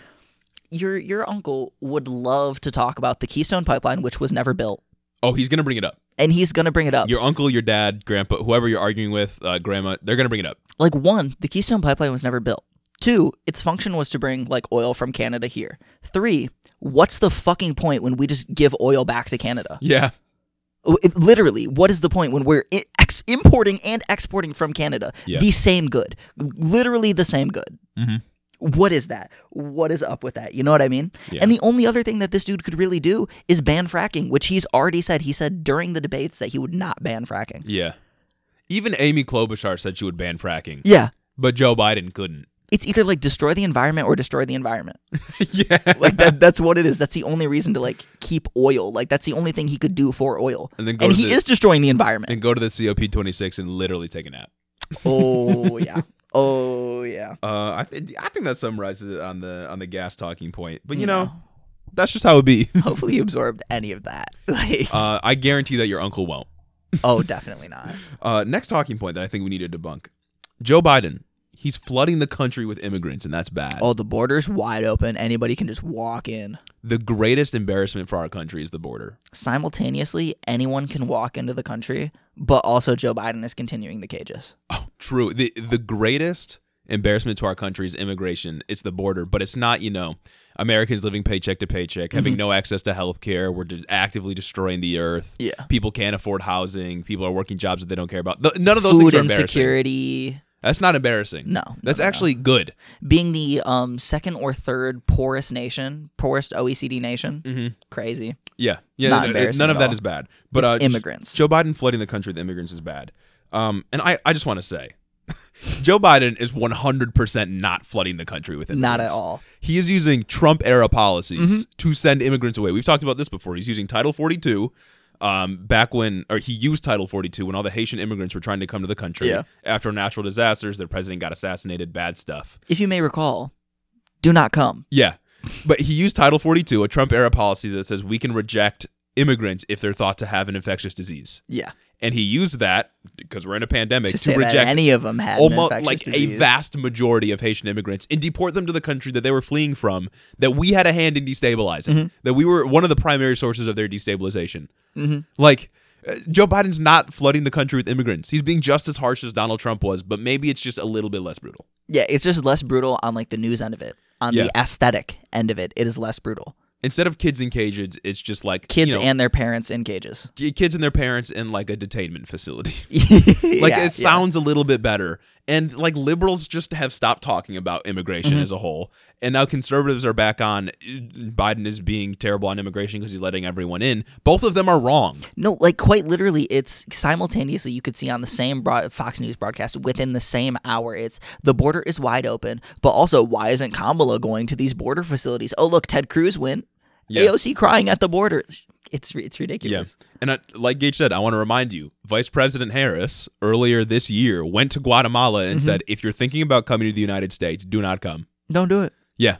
your your uncle would love to talk about the Keystone Pipeline, which was never built, Oh, he's gonna bring it up. and he's gonna bring it up. Your uncle, your dad, grandpa, whoever you're arguing with, uh, grandma, they're gonna bring it up. like one, the Keystone Pipeline was never built. Two, its function was to bring like oil from Canada here. Three, what's the fucking point when we just give oil back to Canada? Yeah, Oh, it- literally, what is the point when we're i- ex- importing and exporting from Canada Yeah. the same good, literally the same good? Mhm. What is that? What is up with that? You know what I mean? Yeah. And the only other thing that this dude could really do is ban fracking, which he's already said. He said during the debates that he would not ban fracking. yeah. Even Amy Klobuchar said she would ban fracking, Yeah. but Joe Biden [laughs] couldn't. It's either like destroy the environment or destroy the environment. [laughs] yeah. Like that that's what it is. That's the only reason to like keep oil. Like that's the only thing he could do for oil. And then go And to he the- is destroying the [laughs] environment. and go to the COP26 and literally take a nap. oh yeah. [laughs] Oh yeah. Uh, I th- I think that summarizes it on the on the gas talking point. But you No. know, that's just how it be. [laughs] Hopefully, you absorbed any of that. [laughs] Like, uh, I guarantee that your uncle won't. oh, definitely [laughs] not. Uh, next talking point that I think we need to debunk: Joe Biden. He's flooding the country with immigrants, and that's bad. Oh, the border's wide open. Anybody can just walk in. The greatest embarrassment for our country is the border. Simultaneously, anyone can walk into the country, but also Joe Biden is continuing the cages. Oh, true. The the greatest embarrassment to our country is immigration. It's the border, but it's not, you know, Americans living paycheck to paycheck, Mm-hmm. having no access to health care. We're de- actively destroying the earth. Yeah. People can't afford housing. People are working jobs that they don't care about. Th- none of those Food things are embarrassing. insecurity. That's not embarrassing. No, no, That's no, no. actually good. being the um second or third poorest nation, poorest OECD nation. Mhm. Crazy. Yeah. Yeah. Not no, no, embarrassing none at of that all. is bad. But It's uh, immigrants. Joe Biden flooding the country with immigrants is bad. Um, and I, I just want to say, [laughs] Joe Biden is 100% not flooding the country with immigrants. Not at all. He is using Trump era policies Mm-hmm. to send immigrants away. We've talked about this before. He's using Title 42. Um, back when, or he used Title 42 when all the Haitian immigrants were trying to come to the country Yeah. after natural disasters. Their president got assassinated. Bad stuff. If you may recall, do not come. Yeah, but he used Title 42, a Trump era policy that says we can reject immigrants if they're thought to have an infectious disease, Yeah. and he used that because we're in a pandemic to, To say that reject any of them had an almost infectious like a disease. vast majority of Haitian immigrants and deport them to the country that they were fleeing from, that we had a hand in destabilizing, Mm-hmm. that we were one of the primary sources of their destabilization. Mm-hmm. Like, uh, Joe Biden's not flooding the country with immigrants. He's being just as harsh as Donald Trump was, but maybe it's just a little bit less brutal. Yeah, it's just less brutal on like the news end of it. On the aesthetic end of it, it is less brutal. Instead of kids in cages, it's just like Kids you know, and their parents in cages. [laughs] y- kids and their parents in like a detainment facility. [laughs] like Like it sounds a little bit better. And like liberals just have stopped talking about immigration Mm-hmm. as a whole. And now conservatives are back on uh, Biden is being terrible on immigration because he's letting everyone in. Both of them are wrong. No, like quite literally, it's simultaneously you could see on the same broad- Fox News broadcast within the same hour. It's the border is wide open, but also why isn't Kamala going to these border facilities? Oh, look, Ted Cruz went. Yeah. AOC crying at the border. It's it's ridiculous. And I, like Gage said, I want to remind you, Vice President Harris earlier this year went to Guatemala Mm-hmm. and said, if you're thinking about coming to the United States, do not come. Don't do it. Yeah.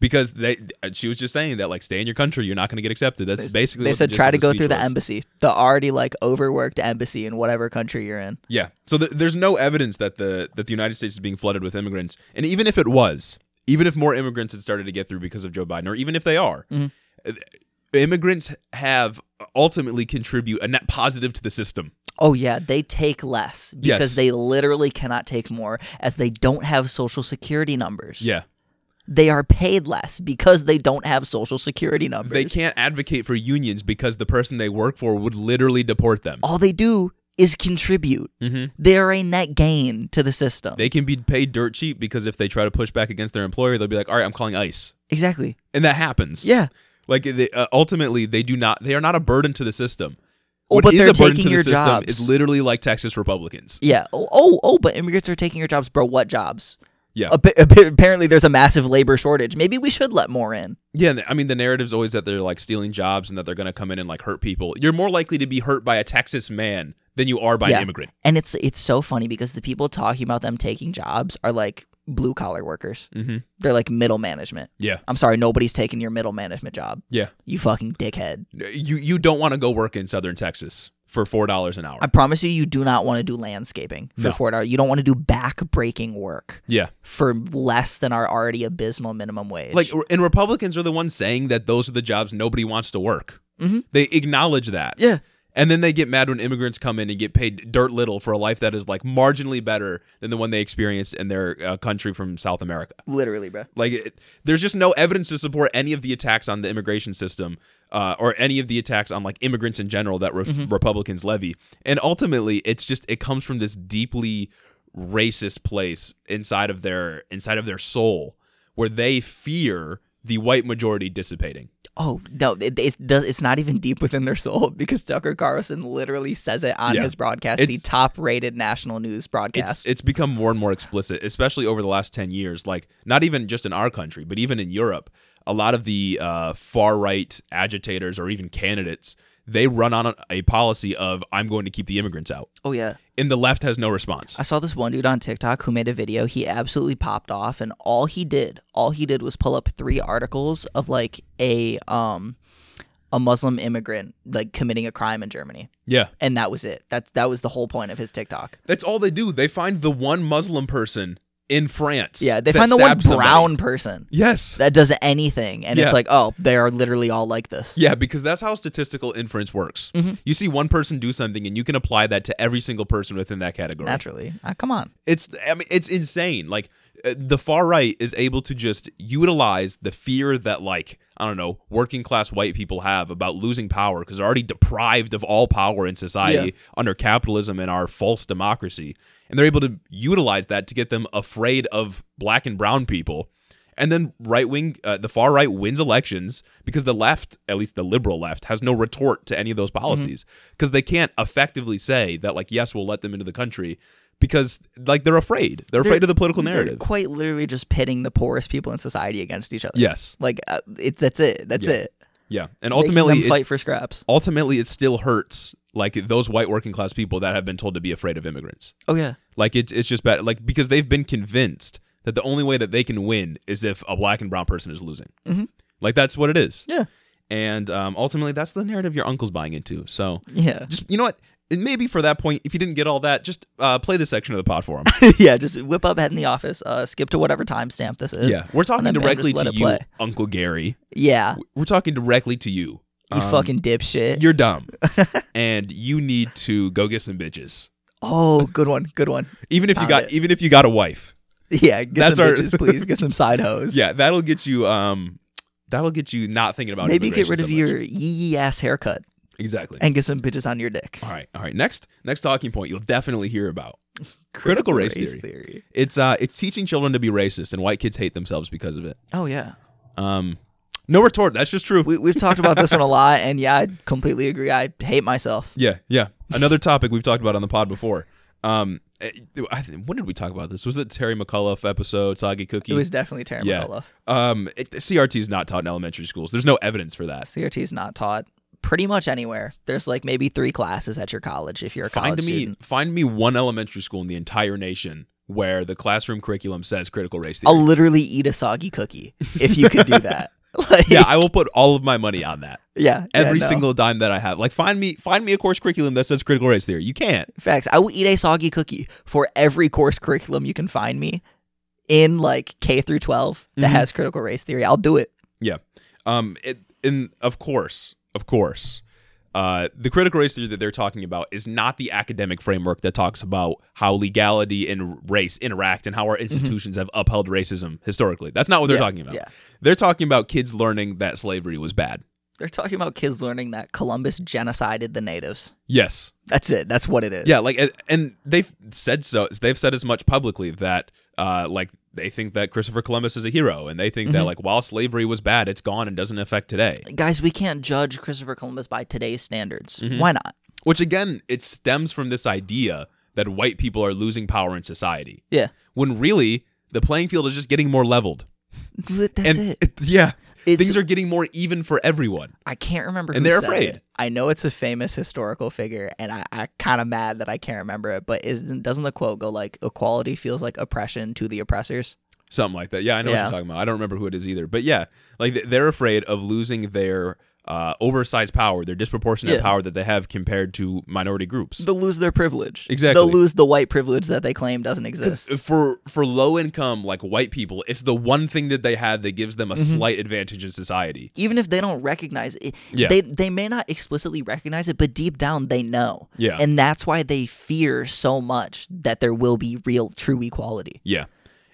Because they, uh, she was just saying that, like, stay in your country. You're not going to get accepted. That's basically they what the said gist try of to the go speech through the was. embassy, the already like overworked embassy in whatever country you're in. Yeah. So th- there's no evidence that the that the United States is being flooded with immigrants, and even if it was, even if more immigrants had started to get through because of Joe Biden, or even if they are, uh, immigrants have ultimately contribute a net positive to the system. Oh yeah, they take less because Yes. they literally cannot take more as they don't have social security numbers. Yeah. They are paid less because they don't have social security numbers. They can't advocate for unions because the person they work for would literally deport them. all they do is contribute. Mhm. They are a net gain to the system. They can be paid dirt cheap because if they try to push back against their employer, they'll be like, "All right, I'm calling ICE," exactly. and that happens. Yeah. Like they, uh, ultimately, they do not. They are not a burden to the system. Oh, What but is they're a burden taking to the your system jobs. Is literally like Texas Republicans. Yeah. Oh, oh, oh, but immigrants are taking your jobs, bro. What jobs? Yeah. Appa- appa- apparently, there's a massive labor shortage. Maybe we should let more in. Yeah, and I mean the narrative's always that they're like stealing jobs and that they're going to come in and like hurt people. You're more likely to be hurt by a Texas man than you are by Yeah. an immigrant. And it's it's so funny because the people talking about them taking jobs are like blue collar workers. Mm-hmm. They're like middle management. Yeah, I'm sorry, nobody's taking your middle management job. yeah. You fucking dickhead. You you don't want to go work in Southern Texas for four dollars an hour. I promise you, you do not want to do landscaping for No. four dollars. You don't want to do back-breaking work yeah, for less than our already abysmal minimum wage. like and Republicans are the ones saying that those are the jobs nobody wants to work. Mhm. They acknowledge that. yeah, And then they get mad when immigrants come in and get paid dirt little for a life that is like marginally better than the one they experienced in their uh, country from South America. literally, bro. Like, it, there's just no evidence to support any of the attacks on the immigration system, uh, or any of the attacks on like immigrants in general that re- Republicans levy. And ultimately, it's just it comes from this deeply racist place inside of their inside of their soul, where they fear the white majority dissipating. Oh no, it, it does. It's not even deep within their soul [laughs] because Tucker Carlson literally says it on Yeah. his broadcast, the It's- top-rated national news It's broadcast. it's become more and more explicit, especially over the last ten years. Like, not even just in our country, but even in Europe, a lot of the uh, far right agitators or even candidates. They run on a- a policy of "I'm going to keep the immigrants out." oh yeah, and the left has no response. I saw this one dude on TikTok who made a video. He absolutely popped off, and all he did, all he did was pull up three articles of like a um a Muslim immigrant like committing a crime in Germany, Yeah. and that was it. That that was the whole point of his TikTok. That's all they do. They find the one Muslim person in France. Yeah, they that find the one stabbed somebody. brown person Yes. that does anything, and Yeah. it's like, oh, they are literally all like this. yeah, because that's how statistical inference works. Mm-hmm. You see one person do something and you can apply that to every single person within that category. Naturally, Ah, come on. It's I mean it's insane. Like uh, the far right is able to just utilize the fear that like I don't know, working class white people have about losing power because they're already deprived of all power in society under capitalism and our false democracy. And they're able to utilize that to get them afraid of black and brown people. And then right wing, uh, the far right wins elections because the left, at least the liberal left, has no retort to any of Mm-hmm. those policies because they can't effectively say that like yes, we'll let them into the country because like they're afraid. They're afraid of the political They're narrative. quite literally just pitting the poorest people in society against each other. Yes, like uh, it's that's it. That's Yeah. it. yeah, and Making ultimately, them it, fight for scraps. ultimately, it still hurts like those white working class people that have been told to be afraid of immigrants. Oh yeah. Like it's it's just bad. Like because they've been convinced that the only way that they can win is if a black and brown person is losing. Mhm. Like that's what it is. Yeah. And um, ultimately, that's the narrative your uncle's buying into. So Yeah. just you know what? And maybe for that point, if you didn't get all that, just uh, play this section of the pod for him. yeah, [laughs] just whip up, head in the office, uh, skip to whatever timestamp this is. yeah, we're talking and then directly just let to it you, play. Uncle Gary. Yeah. We're talking directly to you. You Um, fucking [laughs] dipshit. You're [laughs] dumb, and you need to go get some bitches. Oh, good one. Good one. [laughs] Even if you Found got, it. even if you got a wife, Yeah. Get That's some our- bitches, please. Get some side [laughs] hoes. yeah, that'll get you. Um, that'll get you not thinking about Maybe get immigration rid so of much. your yee yee ass haircut exactly. and get some bitches on your dick. all right, all right. Next, next talking point you'll definitely hear about critical race, theory. It's uh, it's teaching children to be racist, and white kids hate themselves because of it. Oh yeah. Um, no retort. That's just true. We we've talked about this one a lot, and yeah, I completely agree. I [laughs] hate myself. yeah, yeah. Another topic we've talked about on the pod before. Um, eh, I th- when did we talk about this? Was it Terry McAuliffe episode, Soggy Cookie? It was definitely Terry yeah. McAuliffe. Um, it, CRT is not taught in elementary schools. There's no evidence for that. CRT is not taught pretty much anywhere. There's like maybe three classes at your college if you're a Find college me, student. find me one elementary school in the entire nation where the classroom curriculum says critical race theory. I'll literally eat a soggy cookie if you could [laughs] do that. [laughs] Like, yeah, I will put all of my money on that. yeah, [laughs] yeah, Every no. single dime that I have. Like, find me, find me a course curriculum that says critical race theory. You can't. facts. I will eat a soggy cookie for every course curriculum you can find me in like K through 12 that Mhm. has critical race theory. I'll do it. Yeah. Um. It and of course, of course, uh, the critical race theory that they're talking about is not the academic framework that talks about how legality and race interact and how our institutions have upheld racism historically. That's not what Oh, they're Mm-hmm. Yeah, talking about. yeah. They're talking about kids learning that slavery was bad. They're talking about kids learning that Columbus genocided the natives. Yes. That's it. That's what it is. Yeah. Like, and- and they've said so. They've said as much publicly that, uh, like. They think that Christopher Columbus is a hero, and they think Mm-hmm. that like while slavery was bad, it's gone and doesn't affect today. Guys, we can't judge Christopher Columbus by today's standards. Mm-hmm. Why not? Which again, it stems from this idea that white people are losing power in society. Yeah. When really, the playing field is just getting more leveled. That's and [laughs] it. yeah, It's- things are getting more even for everyone. I can't remember. And who they're said afraid. it. I know it's a famous historical figure, and I, I kind of mad that I can't remember it. But isn't doesn't the quote go like equality feels like oppression to the oppressors? Something like that. Yeah, I know what Yeah. you're talking about. I don't remember who it is either. But yeah, like th- they're afraid of losing their uh, oversized power, their disproportionate Yeah. power that they have compared to minority groups. They'll lose their privilege. Exactly. They'll lose the white privilege that they claim doesn't exist. for for low income like white people, it's the one thing that they have that gives them a slight advantage in society. Even if they don't recognize it, Yeah. they they may not explicitly recognize it, but deep down they know. Yeah. And that's why they fear so much that there will be real true equality. Yeah.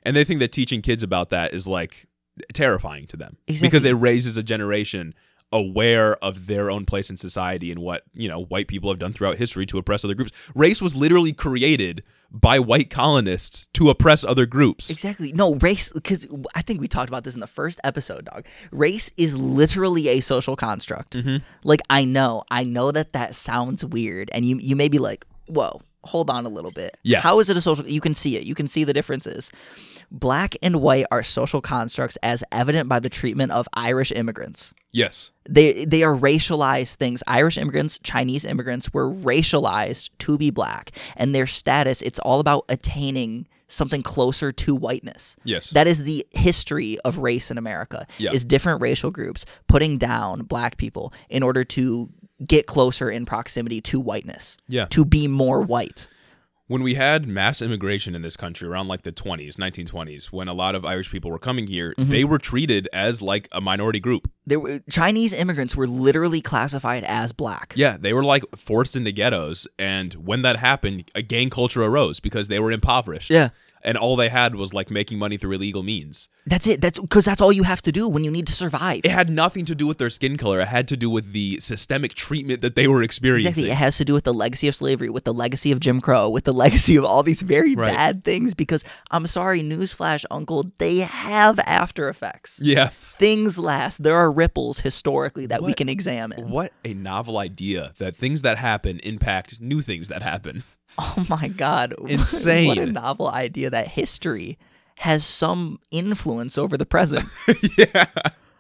And they think that teaching kids about that is like terrifying to them because Exactly. it raises a generation aware of their own place in society and what, you know, white people have done throughout history to oppress other groups. Race was literally created by white colonists to oppress other groups. Exactly. No, race cuz I think we talked about this in the first episode, dog. Race is literally a social construct. Like I know, I know that that sounds weird and you you may be like, "Whoa, hold on a little bit." Yeah. How is it a social You can see it. You can see the differences. Black and white are social constructs as evident by the treatment of Irish immigrants. Yes. They they are racialized things. Irish immigrants, Chinese immigrants were racialized to be black, and their status it's all about attaining something closer to whiteness. Yes. That is the history of race in America. Yeah. Is different racial groups putting down black people in order to get closer in proximity to whiteness. Yeah. To be more white. when we had mass immigration in this country around like the 20s 1920s when a lot of irish people were coming here Mm-hmm. they were treated as like a minority group There were, Chinese immigrants were literally classified as black. yeah they were like forced into ghettos and when that happened a gang culture arose because they were impoverished Yeah. and all they had was like making money through illegal means That's it. That's because that's all you have to do when you need to survive. it had nothing to do with their skin color it had to do with the systemic treatment that they were experiencing Exactly. It has to do with the legacy of slavery, with the legacy of Jim Crow, with the [laughs] legacy of all these very Right. bad things. Because I'm sorry, newsflash, Uncle, they have after effects. yeah Things last. There are ripples historically that we What? can examine. [laughs] what a novel idea that things that happen impact new things that happen [laughs] Oh my God. [laughs] Insane. what a novel idea that history has some influence over the present. [laughs] yeah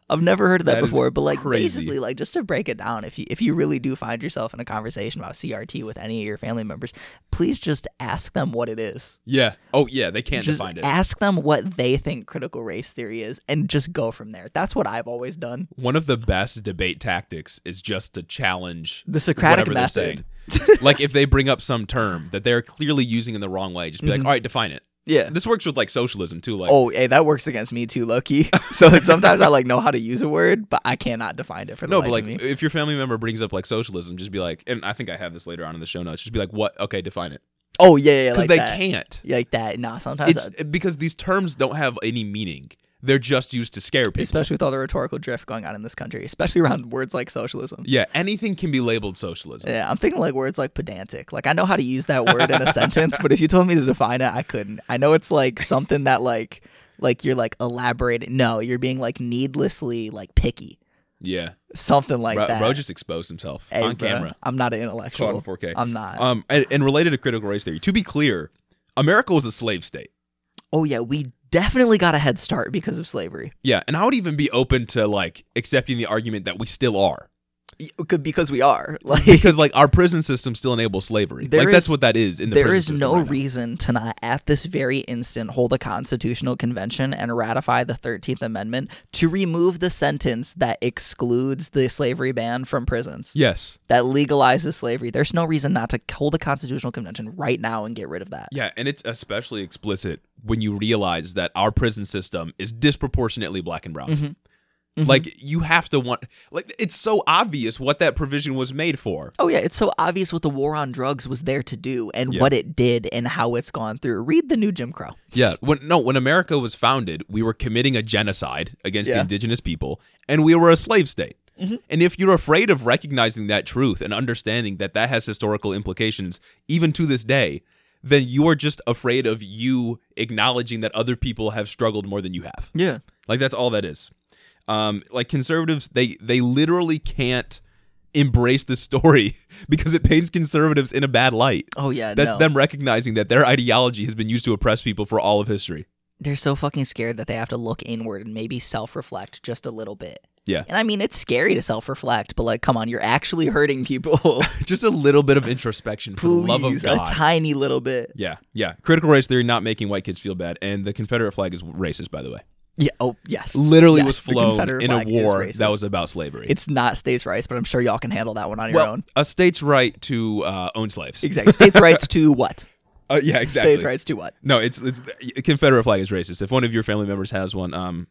I've never heard of that, That is before, but like crazy. basically, like just to break it down, if you if you really do find yourself in a conversation about CRT with any of your family members, please just ask them what it is. yeah oh yeah they can't just define it ask them what they think critical race theory is and just go from there. That's what I've always done. one of the best debate tactics is just to challenge The Socratic whatever method. they're saying. like if they bring up some term that they're clearly using in the wrong way, just be Mm-hmm. like, all right, define it. Yeah. This works with like socialism too. Like, Oh, hey, that works against me too, Loki. [laughs] [laughs] So sometimes I like know how to use a word, but I cannot define it for the no, life but like of me. if your family member brings up like socialism, just be like, and I think I have this later on in the show notes. Just be like, what? Okay, define it Oh yeah, yeah, yeah, because like they that. can't. Yeah, like that. Nah, sometimes, It's I- because these terms don't have any meaning. They're just used to scare people. especially with all the rhetorical drift going on in this country, especially around words like socialism. yeah, anything can be labeled socialism. [laughs] Yeah, I'm thinking like words like pedantic. Like I know how to use that [laughs] word in a sentence, but if you told me to define it, I couldn't. I know it's like something that like like you're like elaborating. No, you're being like needlessly like picky. Yeah, Something like Ro, that. Ro just exposed himself Hey, on bruh, camera. I'm not an Caught intellectual. on 4K. I'm not. Um, and, and related to critical race theory, to be clear, America was a slave state. oh yeah, we definitely got a head start because of slavery. Yeah, and I would even be open to like accepting the argument that we still are, Y- c- Because we are [laughs] like because like our prison system still enables slavery. There like that's is- what that is in the there prison is system no right now. reason to not at this very instant hold a constitutional convention and ratify the 13th amendment to remove the sentence that excludes the slavery ban from prisons Yes. that legalizes slavery there's no reason not to hold a constitutional convention right now and get rid of that Yeah, and it's especially explicit when you realize that our prison system is disproportionately black and brown. Mhm. Like you have to want like it's so obvious what that provision was made for. Oh yeah, it's so obvious what the war on drugs was there to do and Yeah. what it did and how it's gone through. Read the new Jim Crow. Yeah. When no, when America was founded, we were committing a genocide against Yeah. indigenous people, and we were a slave state. And if you're afraid of recognizing that truth and understanding that that has historical implications, even to this day, then you are just afraid of you acknowledging that other people have struggled more than you have. Yeah. Like that's all that is. Um, like conservatives, they they literally can't embrace the story [laughs] because it paints conservatives in a bad light. Oh yeah, That's no. them recognizing that their ideology has been used to oppress people for all of history. [laughs] they're so fucking scared that they have to look inward and maybe self reflect just a little bit. Yeah. And I mean, it's scary to self reflect, but like, come on, you're actually [laughs] hurting people. Just a little bit of introspection [laughs] for the love of Please, God. A tiny little bit. yeah, yeah. Critical race theory not making white kids feel bad, and the Confederate flag is racist, by the way. Yeah. Oh, yes. Literally Yes, was the flown Confederate in a flag is war racist. that was about slavery. It's not states' rights, but I'm sure y'all can handle that one on your well, [laughs] own. a state's right to uh, own slaves. Exactly. States' rights to what? Uh, yeah, [laughs] exactly. States' rights to what? No, it's it's Confederate flag is racist. If one of your family members has one, um,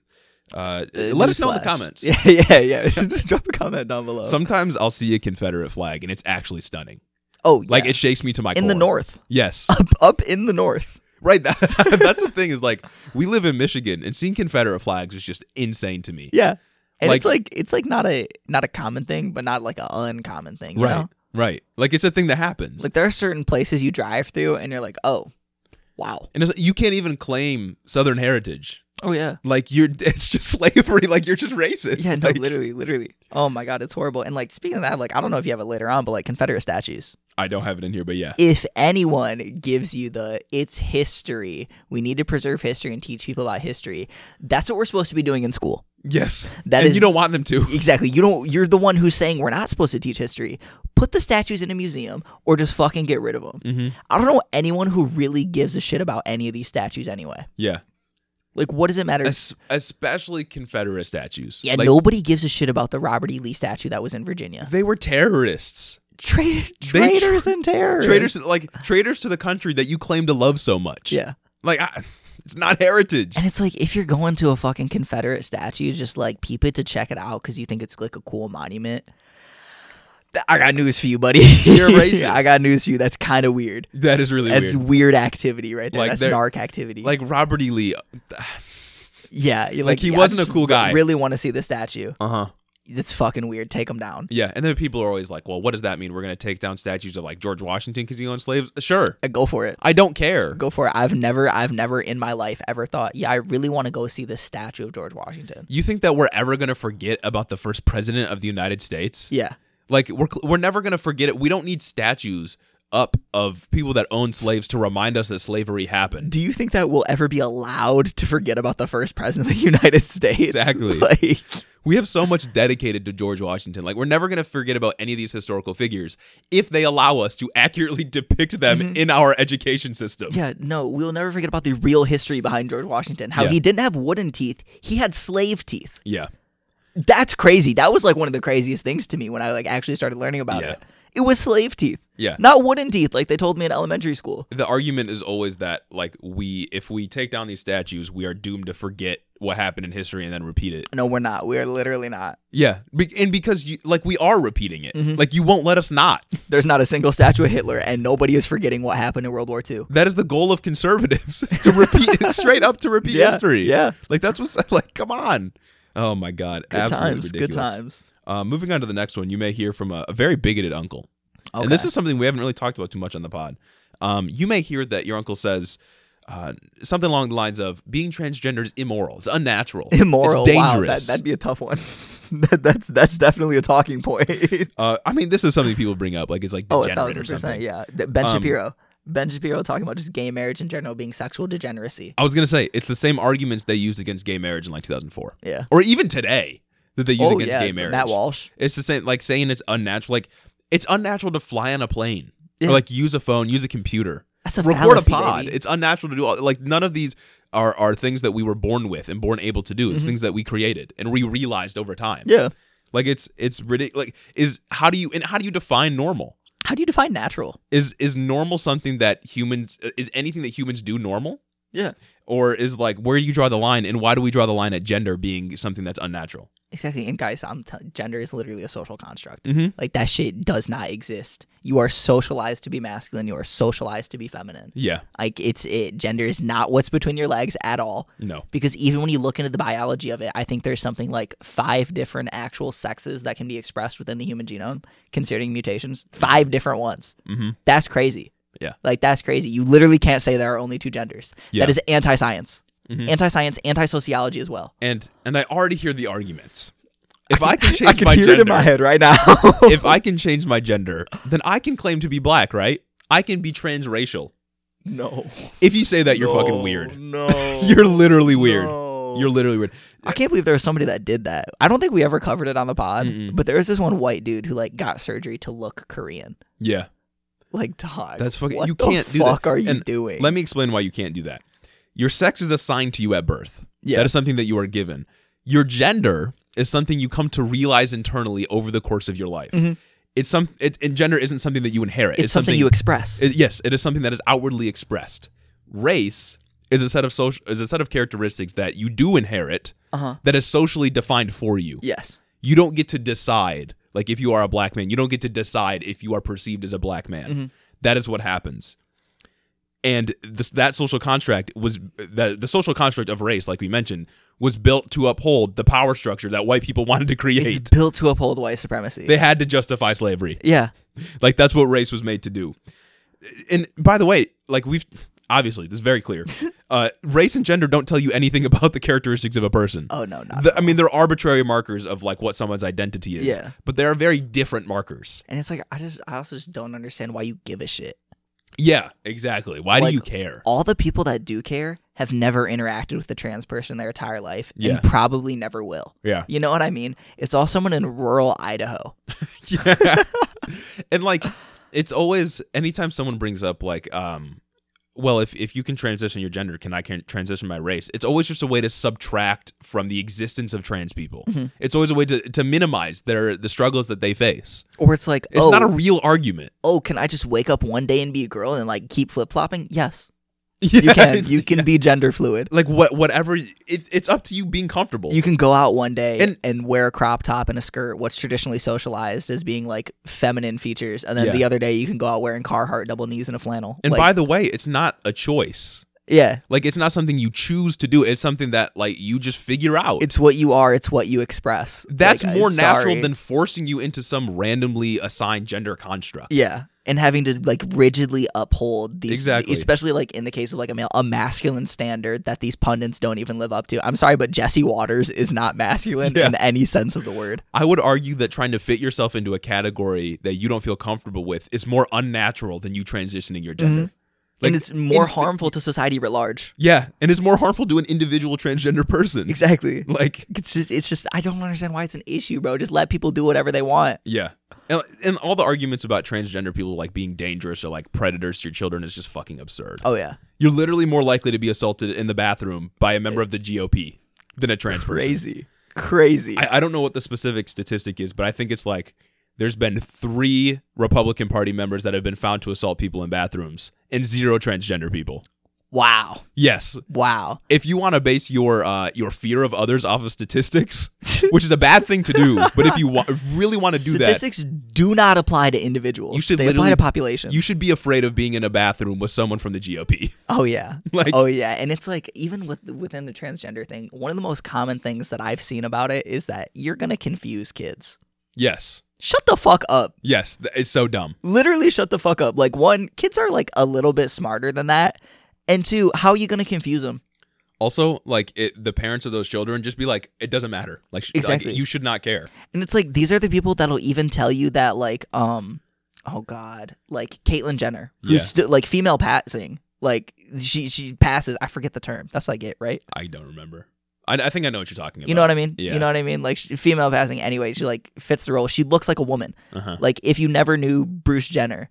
uh, let us know in the Newsflash. comments. [laughs] Yeah, yeah, yeah. Just drop a comment down below. Sometimes I'll see a Confederate flag and it's actually stunning. oh, yeah. Like it shakes me to my in the core. north, [laughs] Yes, up, up in the north. right. That, [laughs] that's the thing is like we live in Michigan and seeing Confederate flags is just insane to me. Yeah. And Like- it's like it's like not a not a common thing, but not like an uncommon thing. You right, Know? right. Like it's a thing that happens. Like there are certain places you drive through, and you're like, oh, wow. and it's, you can't even claim Southern heritage. Oh yeah. Like you're, [laughs] it's just slavery. Like you're just racist. Yeah, no, Like, literally, literally. Oh my god, it's horrible. And like speaking of that, like I don't know if you have it later on, but like Confederate statues. I don't have it in here, but yeah. if anyone gives you the it's history, we need to preserve history and teach people about history. That's what we're supposed to be doing in school. Yes. That and is- you don't want them to. Exactly. You don't you're the one who's saying we're not supposed to teach history. Put the statues in a museum or just fucking get rid of them. Mhm. I don't know anyone who really gives a shit about any of these statues anyway. Yeah. Like what does it matter? Es- especially Confederate statues. yeah, Like, nobody gives a shit about the Robert E. Lee statue that was in Virginia. They were terrorists. Tra- tra- traitors and terrorists. Traitors, like traitors to the country that you claim to love so much. Yeah. Like, I, it's not heritage. And it's like if you're going to a fucking Confederate statue, just like peep it to check it out because you think it's like a cool monument. Th- I got news for you, [laughs] buddy. You're racist. I got news for you. That's kind of weird. That is really That's weird. weird. activity right there. Like, That's they're- narc activity. Like Robert E. Lee. yeah, you're like, he yeah, I wasn't a just cool re- guy. Really want to see the statue. Uh huh. That's fucking weird. Take him down. Yeah. And then people are always like, well, what does that mean? We're going to take down statues of like George Washington because he owned slaves? Sure. Uh, Go for it. I don't care. Go for it. I've never, I've never in my life ever thought, yeah, I really want to go see the statue of George Washington. You think that we're ever going to forget about the first president of the United States? Yeah. Like we're cl- we're never gonna forget it. We don't need statues up of people that owned slaves to remind us that slavery happened. do you think that we'll ever be allowed to forget about the first president of the [laughs] United States? Exactly. [laughs] Like, We have so much dedicated to George Washington. Like we're never gonna forget about any of these historical figures if they allow us to accurately [laughs] depict them in our education system. Mm-hmm. yeah, no, we'll never forget about the real history behind George Washington. How Yeah. he didn't have wooden teeth, he had slave teeth. Yeah. That's crazy. That was like one of the craziest things to me when I like actually started learning about Yeah. it. It was slave teeth. Yeah. Not wooden teeth like they told me in elementary school. The argument is always that like we if we take down these statues, we are doomed to forget what happened in history and then repeat it. No, we're not. We're literally not. Yeah. Be- and because you like we are repeating it. Mm-hmm. Like you won't let us not. There's not a single statue of Hitler and nobody is forgetting what happened in World War II. That is the goal of conservatives [laughs] is to [laughs] repeat straight up to repeat Yeah, history. yeah. Like that's what's [laughs] like, come on. Oh my God. Good Absolutely times. ridiculous. Good times. Uh, moving on to the next one, you may hear from a, a very bigoted uncle. Okay. And this is something we haven't really talked about too much on the pod. Um, you may hear that your uncle says uh, something along the lines of being transgender is immoral. It's unnatural. [laughs] immoral. It's Wow, that, dangerous. that'd be a tough one. [laughs] that, that's that's definitely a talking point. [laughs] uh, I mean, this is something people bring up. Like it's like oh, degenerate a thousand or something. percent. Yeah, Th- Ben Um, Shapiro. Ben Shapiro talking about just gay marriage in general being sexual degeneracy. I was gonna say it's the same arguments they used against gay marriage in like 2004, Yeah. or even today that they use oh against yeah, gay marriage. Matt Walsh. It's the same, like saying it's unnatural. Like it's unnatural to fly on a plane Yeah. or like use a phone, use a computer, That's a record a fallacy, pod. baby. It's unnatural to do all. Like none of these are are things that we were born with and born able to do. It's things that we created and we realized over time. Mm-hmm. yeah. Like it's it's ridiculous. Like is how do you and how do you define normal? How do you define natural? Is is normal something that humans is anything that humans do normal? Yeah. Or is like where do you draw the line and why do we draw the line at gender being something that's unnatural? Exactly. And guys, I'm t- gender is literally a social construct. Mhm. Like that shit does not exist. You are socialized to be masculine. You are socialized to be feminine. Yeah. Like it's it. Gender is not what's between your legs at all. No. because even when you look into the biology of it, I think there's something like five different actual sexes that can be expressed within the human genome, considering mutations. Five different ones. Mm-hmm. That's crazy. Yeah. Like that's crazy. You literally can't say there are only two genders. Yeah. That is anti-science. Mhm. Anti-science, anti-sociology as well. and and I already hear the arguments. If I can [laughs] change my hear gender, it in my head right now. [laughs] if I can change my gender, then I can claim to be black, right? I can be transracial. no. If you say that, you're fucking weird. No. [laughs] You're literally weird. No. You're literally weird. I can't believe there was somebody that did that. I don't think we ever covered it on the pod, Mm-mm. but there was this one white dude who like got surgery to look Korean. Yeah, Like dog. that's fucking. what you the can't do fuck that. are you And doing? Let me explain why you can't do that. Your sex is assigned to you at birth. Yeah. That is something that you are given. Your gender is something you come to realize internally over the course of your life. It's some it, and gender isn't something that you inherit. Mm-hmm. It's, something, you express. It- yes, it is something that is outwardly expressed. Race is a set of social is a set of characteristics that you do inherit Uh-huh. that is socially defined for you. yes. You don't get to decide like if you are a black man, you don't get to decide if you are perceived as a black man. Mm-hmm. That is what happens. And this, that social contract was the, the social construct of race, like we mentioned, was built to uphold the power structure that white people [laughs] wanted to It's create. built to uphold white supremacy. They had to justify slavery. yeah. Like that's what race was made to do. And by the way, like we've obviously this is very [laughs] clear. Uh, race and gender don't tell you anything [laughs] about the characteristics of a person. Oh no, not. The- I mean, they're arbitrary markers of like what someone's identity is. Yeah. But they are very different markers. and it's like I just I also just don't understand why you give a shit. Yeah, exactly. Why Like, do you care? All the people that do care have never interacted with a trans person their entire life Yeah. and probably never will. Yeah. You know what I mean? It's all someone in rural Idaho. [laughs] yeah. and like it's always anytime someone brings up like um well if if you can transition your gender can i can transition my race it's always just a way to subtract from the existence of trans people Mm-hmm. it's always a way to, to minimize their the struggles that they face Or it's like, it's oh, not a real argument oh, can I just wake up one day and be a girl and like keep flip flopping? [laughs] Yes, Yeah. you can. You can be gender fluid. [laughs] like what whatever it, it's up to you being comfortable You can go out one day And- and, wear a crop top and a skirt, what's traditionally socialized as being like feminine features, and then Yeah. the other day you can go out wearing Carhartt double knees and a flannel. and Like, by the way it's not a choice yeah, like it's not something you choose to do it's something that like you just figure out it's what you are. It's what you express. That's Like, I'm more natural sorry. than forcing you into some randomly assigned gender construct. yeah, and having to like rigidly uphold these, Exactly. especially like in the case of like a male, a masculine standard that these pundits don't even live up to. I'm sorry, but Jesse Waters is not masculine Yeah. in any sense of the word. I would argue that trying to fit yourself into a category that you don't feel comfortable with is more unnatural than you transitioning your gender. Mm-hmm. Like, and it's more in- harmful to society writ large. Yeah, and it's more harmful to an individual transgender person. Exactly. [laughs] Like, It's just, it's just, I don't understand why it's an issue, bro. Just let people do whatever they want. yeah. And, and all the arguments about transgender people like being dangerous or like predators to your children is just fucking absurd. Oh yeah, You're literally more likely to be assaulted in the bathroom by a member of the GOP than a trans person. Uh, crazy, crazy. I, I don't know what the specific statistic is, but I think it's like there's been three Republican Party members that have been found to assault people in bathrooms and zero transgender people. wow, Yes. wow. If you want to base your uh, your fear of others off of [laughs] statistics, which is a bad thing to do, but if you wa- really want to do that, Statistics do not apply to individuals. You should they apply literally- to populations. you should be afraid of being in a bathroom with someone from the GOP. Oh yeah. [laughs] Like- oh yeah, and it's like even with within the transgender thing, one of the most common things that I've seen about it is that you're going to confuse kids. Yes. Shut the fuck up. Yes. Th- It's so dumb. Literally shut the fuck up. Like one, kids are like a little bit smarter than that. And two, how are you going to confuse them? Also, like it, the parents of those children just be like, it doesn't matter. Like, sh- like, Exactly. you should not care. And it's like these are the people that'll even tell you that like um oh god, like Caitlyn Jenner who's Yeah. still like female passing. Like she she passes, I forget the term. That's like it, right? I don't remember. I, I think I know what you're talking about. You know what I mean? Yeah. You know what I mean? Like she, female passing anyway, she like fits the role. She looks like a woman. Uh-huh. Like if you never knew Bruce Jenner,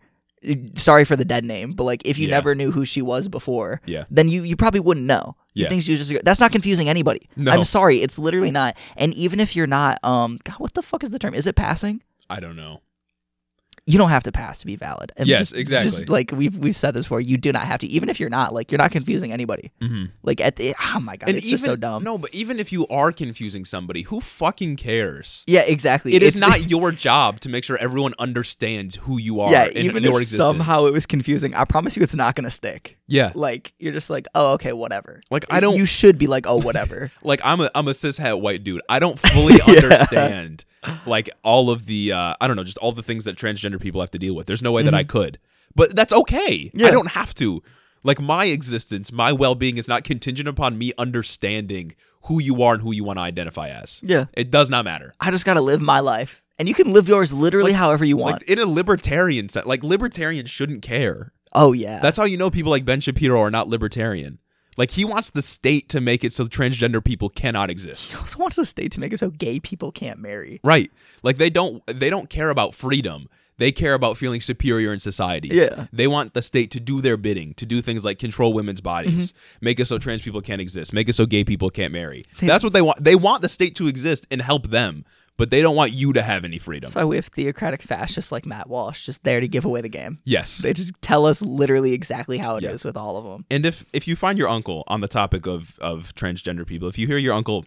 sorry for the dead name, but like if you Yeah. never knew who she was before, Yeah. then you you probably wouldn't know. You Yeah. think she was just a girl. that's not confusing anybody. No. I'm sorry, it's literally not. And even if you're not, um, God, what the fuck is the term? Is it passing? I don't know. You don't have to pass to be valid. And Yes, just- exactly. Just like we've we've said this before, you do not have to. Even if you're not, like you're not confusing anybody. Mm-hmm. Like at the oh my god, And it's even just so dumb. No, but even if you are confusing somebody, who fucking cares? yeah, exactly. It is It's- [laughs] not your job to make sure everyone understands who you are. Yeah, and even if your existence. somehow it was confusing, I promise you, it's not gonna stick. yeah, Like you're just like, oh, okay, whatever. Like, I don't- You should be like, oh, [laughs] whatever. like I'm a I'm a cishet white dude. I [laughs] don't fully understand like all of the uh, I don't know, just all the things that transgender people have to deal with. There's no way that I could, but that's okay. I Mm-hmm. Yeah. don't have to. Like my existence, my well being is not contingent upon me understanding who you are and who you want to identify as. yeah. It does not matter. I just gotta live my life, and you can live yours literally however you want. Like in a libertarian sense, like libertarians shouldn't care. oh yeah. That's how you know people like Ben Shapiro are not libertarian. Like he wants the state to make it so transgender people cannot exist. also wants the state to make it so gay people can't marry. Right. Like they don't they don't care about freedom. They care about feeling superior in society. Yeah. They want the state to do their bidding, to do things like control women's bodies, make it so trans people can't exist, make it so gay people can't marry. That's what they want. They want the state to exist and help them, but they don't want you to have any freedom. That's why we have theocratic fascists like Matt Walsh just there to give away the game. Yes. [laughs] They just tell us literally exactly how it is Yeah. with all of them. And if if you find your uncle on the topic of of transgender people, if you hear your uncle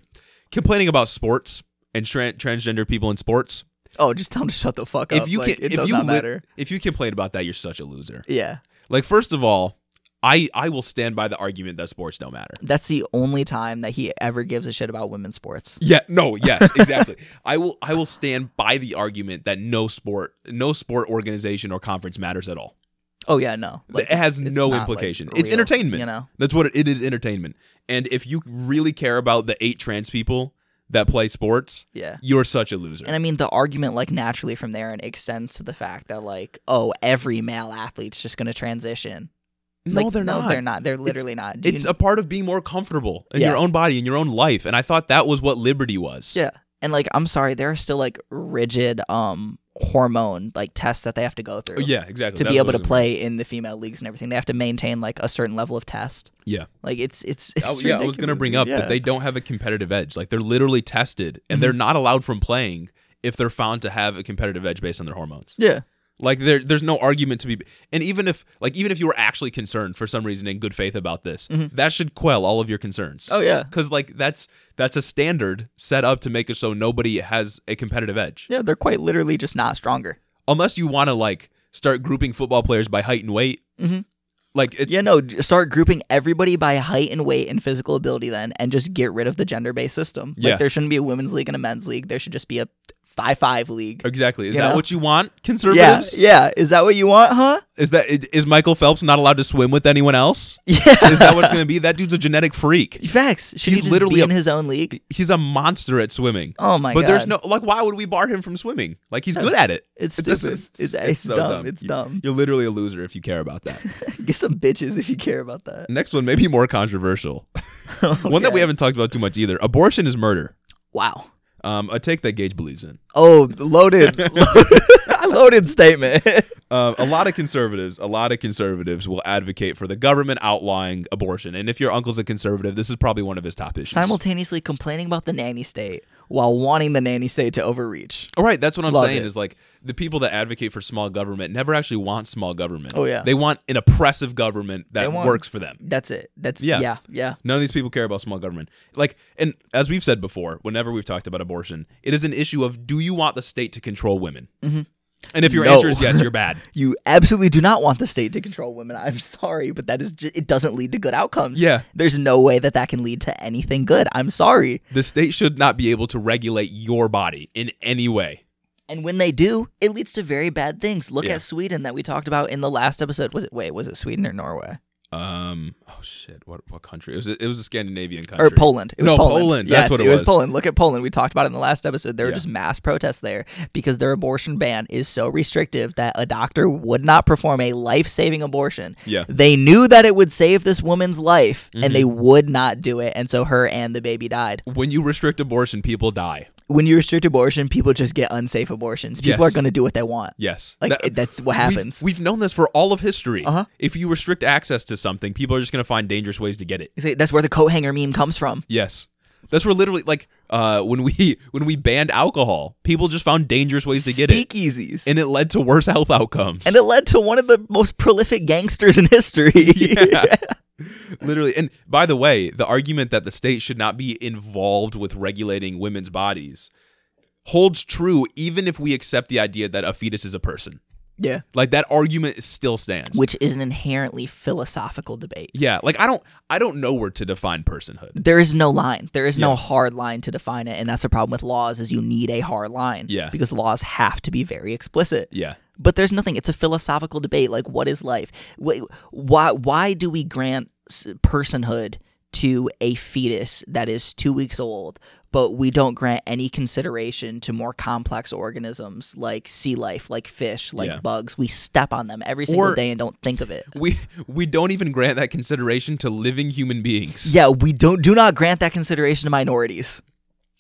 complaining about sports and tran transgender people in sports, Oh, just tell them to shut the fuck up. if you like, can, it if does you not lit- matter. if you complain about that, you're such a loser. Yeah. Like first of all, I I will stand by the argument that sports don't matter. That's the only time that he ever gives a shit about women's sports. Yeah, no, yes, [laughs] exactly. I will I will stand by the argument that no sport no sport organization or conference matters at all. Oh yeah, no. Like, it has it's no not, like, implication. it's real, entertainment. You know. That's what it, it is entertainment. And if you really care about the eight trans people that play sports, Yeah. you're such a loser. And I mean the argument like naturally from there and extends to the fact that like, oh, every male athlete's just gonna transition. no, Like, they're not. They're not. They're literally not. Do you It's a part of being more comfortable in Yeah. your own body, in your own life. And I thought that was what liberty was. Yeah. And like I'm sorry, there are still like rigid um hormone like tests that they have to go through. Oh, yeah, exactly. To That's be what able to it was. play in the female leagues and everything. They have to maintain like a certain level of test. Yeah. Like it's it's, it's Oh, yeah, I was going to ridiculous. bring up Yeah. Mm-hmm. that they don't have a competitive edge. Like they're literally tested and they're not allowed from playing if they're found to have a competitive edge based on their hormones. Yeah. Like there, there's no argument to be. And even if, like, even if you were actually concerned for some reason in good faith about this, that should quell all of your concerns. Mm-hmm. Oh yeah. Because like that's that's a standard set up to make it so nobody has a competitive edge, Yeah, they're quite literally just not stronger. unless you want to like start grouping football players by height and weight. Mhm. Like it's yeah, no, j- start grouping everybody by height and weight and physical ability then and just get rid of the gender based system. Yeah. Like there shouldn't be a women's league and a men's league. There should just be a five five league. exactly. Is You that know? what you want, Yeah. conservatives? Yeah. Is that what you want, huh? Is that i- is Michael Phelps not allowed to swim with anyone else? [laughs] Yeah. Is that what's going to be? That dude's a genetic freak. Facts. Should He's he just literally be a- in his own league? He's a monster at swimming. Oh my but god! there's no like why would we bar him from swimming? Like he's good at it. [laughs] It's It doesn't- [laughs] stupid. It's, it's so dumb. It's You- dumb. [laughs] You're literally a loser if you care about that. Get some bitches if you care about that. Next one may be more [laughs] controversial. One that we Okay. haven't talked about too much either. Abortion is murder. Wow. Um, a take that Gage believes in. Oh, [laughs] loaded, [laughs] loaded, loaded statement. Uh, a lot of conservatives, a lot of conservatives will advocate for the government outlawing abortion. And if your uncle's a conservative, this is probably one of his top issues. Simultaneously complaining about the nanny state while wanting the nanny state to overreach. All right, that's what I'm Love saying it. is like the people that advocate for small government never actually want small government. Oh, yeah. They want an oppressive government that They want- works for them. That's it. That's Yeah. yeah, yeah, yeah. None of these people care about small government. Like and as we've said before, whenever we've talked about abortion, it is an issue of do you want the state to control women? Mm-hmm. And if your No. answer is yes, [laughs] you're bad. You absolutely do not want the state to control women. I'm [laughs] sorry, but that is ju- it doesn't lead to good outcomes. Yeah. There's no way that that can lead to anything good. I'm sorry. The state should not be able to regulate your body in any way. And when they do, it leads to very bad things. Look Yeah. at Sweden that we talked about in the last episode. Was it wait, was it Sweden or Norway? Um oh shit, what what country? It was a, it was a Scandinavian country. Or Poland. It was No, Poland. Poland. Yes, That's what it it was. was. Poland. Look at Poland. We talked about it in the last episode. There were Yeah. just mass protests there because their abortion ban is so restrictive that a doctor would not perform a life saving abortion. Yeah. Mm-hmm. They knew that it would save this woman's life and they would not do it. And so her and the baby died. [laughs] When you restrict abortion, people die. When you restrict abortion, people just get unsafe abortions. People Yes. are going to do what they want. Yes. Like, That- that's what We've- happens. We've, known this for all of history. Uh-huh. If you restrict access to something, people are just going to find dangerous ways to get it. You say, That's where the coat hanger meme comes from. Yes, that's where literally like uh, when we [laughs] when we banned alcohol, people just found dangerous ways to get it, Speakeasies. and it led to worse health outcomes. and it led to one of the most prolific gangsters in history. [laughs] Yeah. literally. And by the way, the argument that the state should not be involved with regulating women's bodies holds true even if we accept the idea that a fetus is a person. [laughs] yeah. Like that argument still stands. which is an inherently philosophical debate. yeah, like I don't I don't know where to define personhood. There is no line. There is Yeah. no hard line to define it, and that's the problem with laws is you need a hard line. Yeah. Because laws have to be very explicit. Yeah. But there's nothing. It's a philosophical debate like what is life? Wh- Why why do we grant s- personhood to a fetus that is 2 weeks old but we don't grant any consideration to more complex organisms like sea life, like fish, like Yeah. bugs. We step on them every single Or- day and don't think of it. We we don't even grant that consideration to living human beings. Yeah, we don't do not grant that consideration to minorities.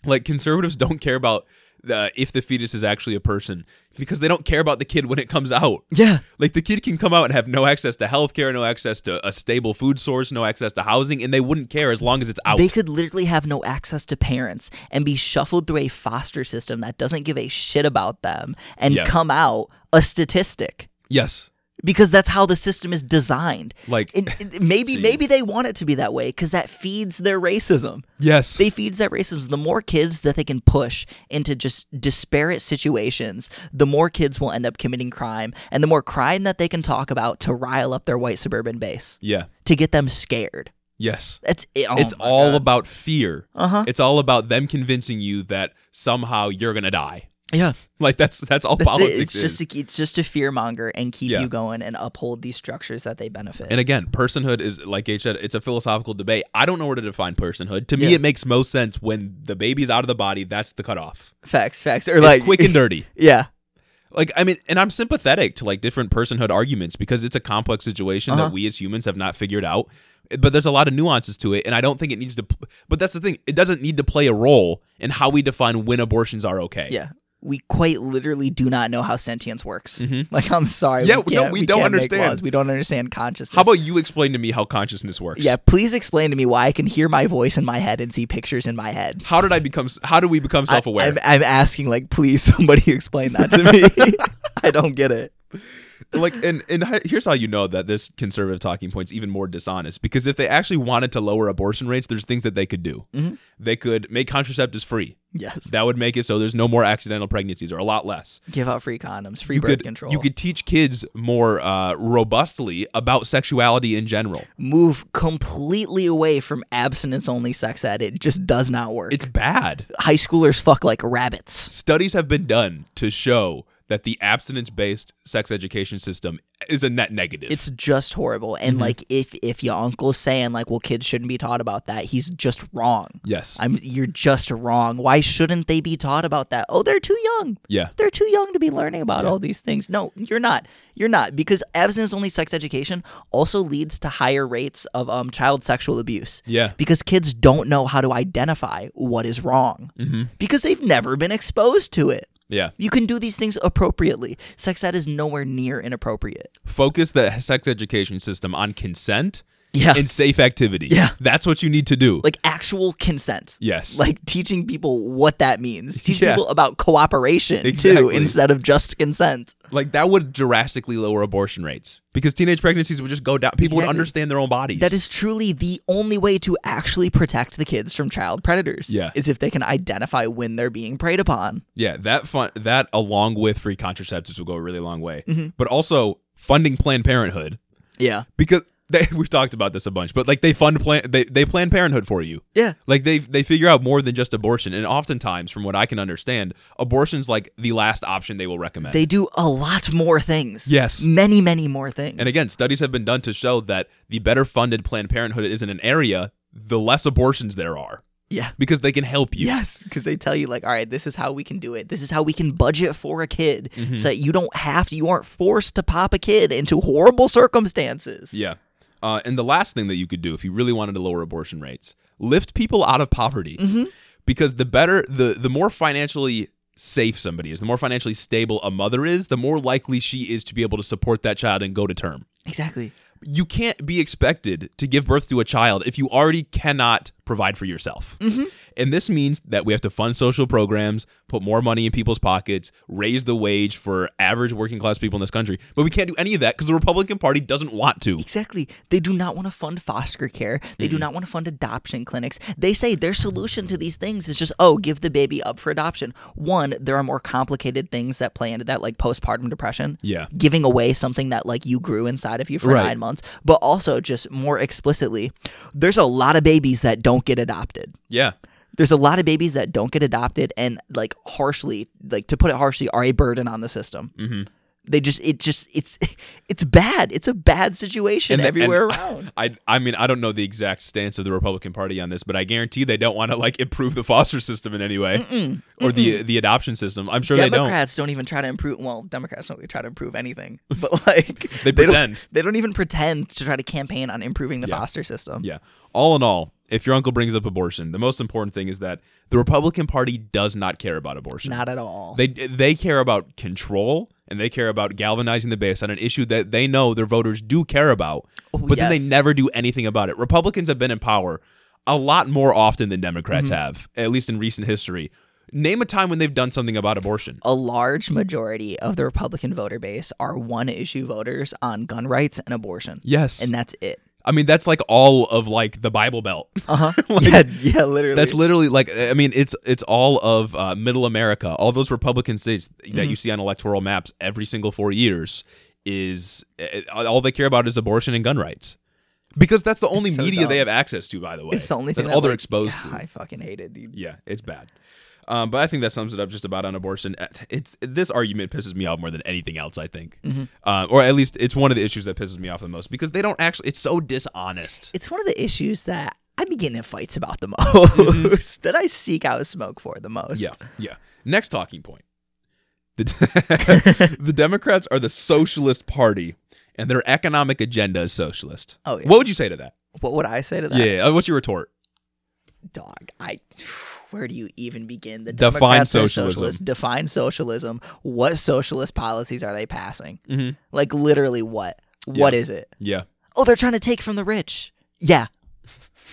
Like conservatives don't care about uh, if the fetus is actually a person because they don't care about the kid when it comes out. Yeah. Like the kid can come out and have no access to healthcare, no access to a stable food source, no access to housing, and they wouldn't care as long as it's out. They could literally have no access to parents and be shuffled through a foster system that doesn't give a shit about them and Yeah. come out a statistic yes. because that's how the system is designed. Like And and maybe Jeez. maybe they want it to be that way because that feeds their racism. yes. They feeds that racism. The more kids that they can push into just disparate situations, the more kids will end up committing crime, and the more crime that they can talk about to rile up their white suburban base yeah. to get them scared. Yes. That's it. Oh it's all about fear. Uh-huh. It's all about them convincing you that somehow you're gonna die. yeah. Like that's that's all That's politics it. It's is. just a, it's just a fear monger and keep Yeah. you going and uphold these structures that they benefit. and again, personhood is like Gage said, it's a philosophical debate. I don't know where to define personhood. To me, Yeah. it makes most sense when the baby's out of the body. That's the cutoff. facts, facts, or It's like [laughs] quick and dirty. yeah, Like I mean, and I'm sympathetic to like different personhood arguments because it's a complex situation Uh-huh. that we as humans have not figured out. But there's a lot of nuances to it, and I don't think it needs to. pl- But that's the thing; it doesn't need to play a role in how we define when abortions are okay. yeah. We quite literally do not know how sentience works. Mhm. [laughs] Like I'm sorry. Yeah, we, no, can't- we don't can't make understand. laws. We don't understand consciousness. How about you explain to me how consciousness works? Yeah, please explain to me why I can hear my voice in my head and see pictures in my head. How did I become? How do we become self-aware? I'm, I'm asking, like, please [laughs] somebody explain that to [laughs] me. I don't get it. like and and he- here's how you know that this conservative talking point's even more dishonest because if they actually wanted to lower abortion rates there's things that they could do Mhm. they could make contraceptives free Yes. that would make it so there's no more accidental pregnancies or a lot less Give out free condoms, free you birth could control. you could teach kids more uh, robustly about sexuality in general move completely away from abstinence only sex ed. It just does not work. it's bad High schoolers fuck like rabbits. studies have been done to show that the abstinence based sex education system is a net negative It's just horrible. And Mm-hmm. like if if your uncle's saying like, well kids shouldn't be taught about that, he's just wrong. yes I'm you're just wrong. Why shouldn't they be taught about that? Oh, they're too young. yeah They're too young to be learning about all these things. No, you're not. You're not because abstinence only sex education also leads to higher rates of um, child sexual abuse. yeah Because kids don't know how to identify what is wrong Mm-hmm. because they've never been exposed to it. yeah You can do these things appropriately. Sex ed is nowhere near inappropriate. focus the sex education system on consent Yeah. and safe activity. Yeah. That's what you need to do. like actual consent. yes. Like teaching people what that [laughs] means. Teach Yeah. people about cooperation too Exactly. instead of just consent. like that would drastically lower abortion rates because teenage pregnancies would just go down. People would Exactly. understand their own bodies. That is truly the only way to actually protect the kids from child predators. Yeah. Is if they can identify when they're being preyed upon. yeah, that fun that along with free contraceptives will go a really long way. But also funding Planned Parenthood Yeah. because they, [laughs] we've talked about this a bunch, but like they fund plan they they plan Parenthood for you. Yeah. Like they they figure out more than just abortion, and oftentimes, from what I can understand, abortion's like the last option they will recommend. They do a lot more things. Yes. Many, many more things. And again, studies have been done to show that the better funded Planned Parenthood is in an area, the less abortions there are Yeah. because they can help you. Yes, because they tell you like, all right, this is how we can do it. This is how we can budget for a kid, Mm-hmm. so that you don't have to, you aren't forced to pop a kid into horrible circumstances. Yeah. Uh, and the last thing that you could do if you really wanted to lower abortion rates, lift people out of poverty. Because the better, the, the more financially safe somebody is, the more financially stable a mother is, the more likely she is to be able to support that child and go to term. Exactly. You can't be expected to give birth to a child if you already cannot provide for yourself. And this means that we have to fund social programs, put more money in people's pockets, raise the wage for average working class people in this country. But we can't do any of that because the Republican Party doesn't want to. Exactly. They do not want to fund foster care. They do not want to fund adoption clinics. They say their solution to these things is just, oh, give the baby up for adoption. One, there are more complicated things that play into that, like postpartum depression. Yeah. Giving away something that like you grew inside of you for Right. nine months. But also just more explicitly, there's a lot of babies that don't get adopted. Yeah. There's a lot of babies that don't get adopted and like harshly, like to put it harshly, are a burden on the system. Mm-hmm. They just it just it's [laughs] it's bad. It's a bad situation the- everywhere [laughs] around. I I mean I don't know the exact stance of the Republican Party on this, but I guarantee they don't want to like improve the [laughs] foster system in any way or the the adoption system. I'm sure they don't. Democrats don't. even try to improve. Well, Democrats don't really try to improve anything, [laughs] but like They don't- pretend. they don't even pretend to try to campaign on improving the Yeah. foster system. Yeah. All in all, if your uncle brings up abortion, the most important thing is that the Republican Party does not care about abortion. Not at all. They they care about control and they care about galvanizing the base on an issue that they know their voters do care about, but then they yes. never do anything about it. Republicans have been in power a lot more often than Democrats have, at least in recent history. Name a time when they've done something about abortion. a large majority of the Republican voter base are one issue voters on gun rights and abortion. Yes. And that's [laughs] it. I mean, that's like all of like the Bible Belt. [laughs] Uh huh. yeah, yeah, literally. That's literally like I mean it's it's all of uh, middle America, all those Republican states that Mm-hmm. you see on electoral maps every single four years is eh, all they care about is abortion and gun rights, because that's the only so media dumb. they have access to. By the way, it's the only that's thing all that, they're like, exposed yeah, to. I fucking hate it, dude. Yeah, it's bad. Um, but I think that sums it up just about on abortion. Uh, It's this argument pisses me off more than anything else. I think, Mm-hmm. Uh, or at least it's one of the issues that pisses me off the most because they don't actually. It's so dishonest. It's one of the issues that I be getting in fights about the [laughs] most, that I seek out smoke for the most. Yeah, yeah. Next talking point. [laughs] [laughs] The, the Democrats are the socialist party, and their economic agenda is socialist. Oh, yeah. What would you say to that? What would I say to that? Yeah, yeah, what's your retort? dog i where do you even begin the Define Democrats are socialism. socialists. define socialism what socialist policies are they passing Mhm. like literally what What is it Yeah, oh they're trying to take from the rich yeah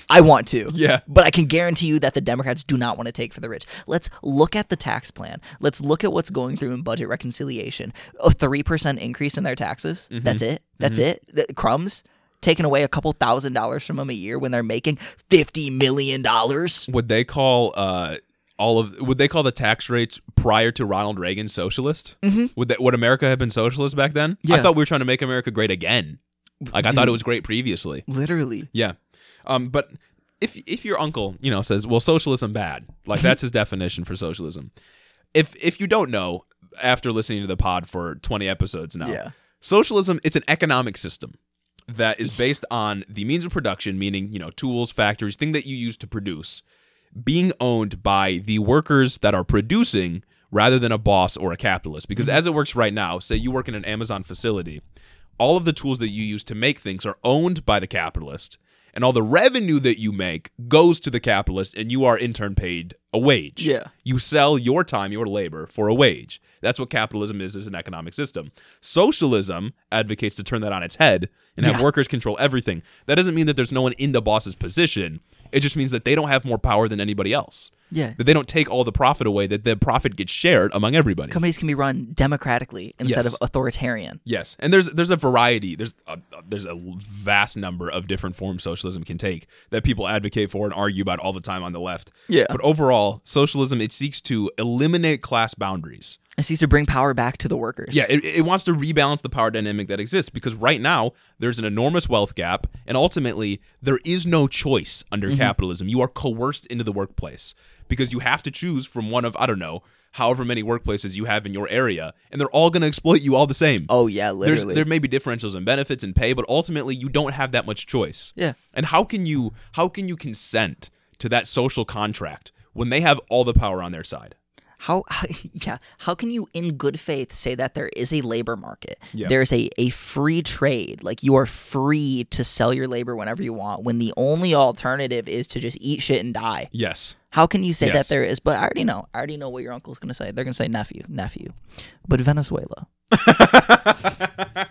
i want to yeah, but i can guarantee you that the democrats do not want to take for the rich let's look at the tax plan let's look at what's going through in budget reconciliation a 3% increase in their taxes Mm-hmm. that's it that's it the crumbs taking away a couple thousand dollars from them a year when they're making 50 million dollars would they call uh all of would they call the tax rates prior to Ronald Reagan socialist? Mm-hmm. Would that would America have been socialist back then? I Yeah. thought we were trying to make America great again. Like I thought it was great previously. Literally. Yeah, um, but if if your uncle you know says well socialism bad like that's his [laughs] definition for socialism. If if you don't know after listening to the pod for twenty episodes now, Yeah. socialism it's an economic system that is based on the means of production, meaning you know tools, factories, thing that you use to produce, being owned by the workers that are producing rather than a boss or a capitalist. Because as it works right now, say you work in an Amazon facility, all of the tools that you use to make things are owned by the capitalist, and all the revenue that you make goes to the capitalist, and you are in turn paid a wage. Yeah. You sell your time, your labor for a wage. That's what capitalism is as an economic system. Socialism advocates to turn that on its head and have Yeah. workers control everything. That doesn't mean that there's no one in the boss's position. It just means that they don't have more power than anybody else. Yeah. That they don't take all the profit away, that the profit gets shared among everybody. Companies can be run democratically instead Yes. of authoritarian. Yes, and there's there's a variety. There's a, there's a vast number of different forms socialism can take that people advocate for and argue about all the time on the left. Yeah. But overall, socialism it seeks to eliminate class boundaries. It seeks to bring power back to the workers. Yeah, it, it wants to rebalance the power dynamic that exists because right now there's an enormous wealth gap, and ultimately there is no choice under Mm-hmm. capitalism. You are coerced into the workplace because you have to choose from one of I don't know however many workplaces you have in your area, and they're all going to exploit you all the same. Oh yeah, There's, literally. there may be differentials in benefits and pay, but ultimately you don't have that much choice. Yeah. And how can you how can you consent to that social contract when they have all the power on their side? how, [laughs] how yeah, how can you in good faith say that there is a labor market? Yeah. There's a, a free trade. Like you are free to sell your labor whenever you want when the only alternative is to just eat shit and die. Yes. How can you say Yes. that there is but I already know. I already know what your uncle's gonna say. They're gonna say nephew, nephew. But Venezuela. [laughs]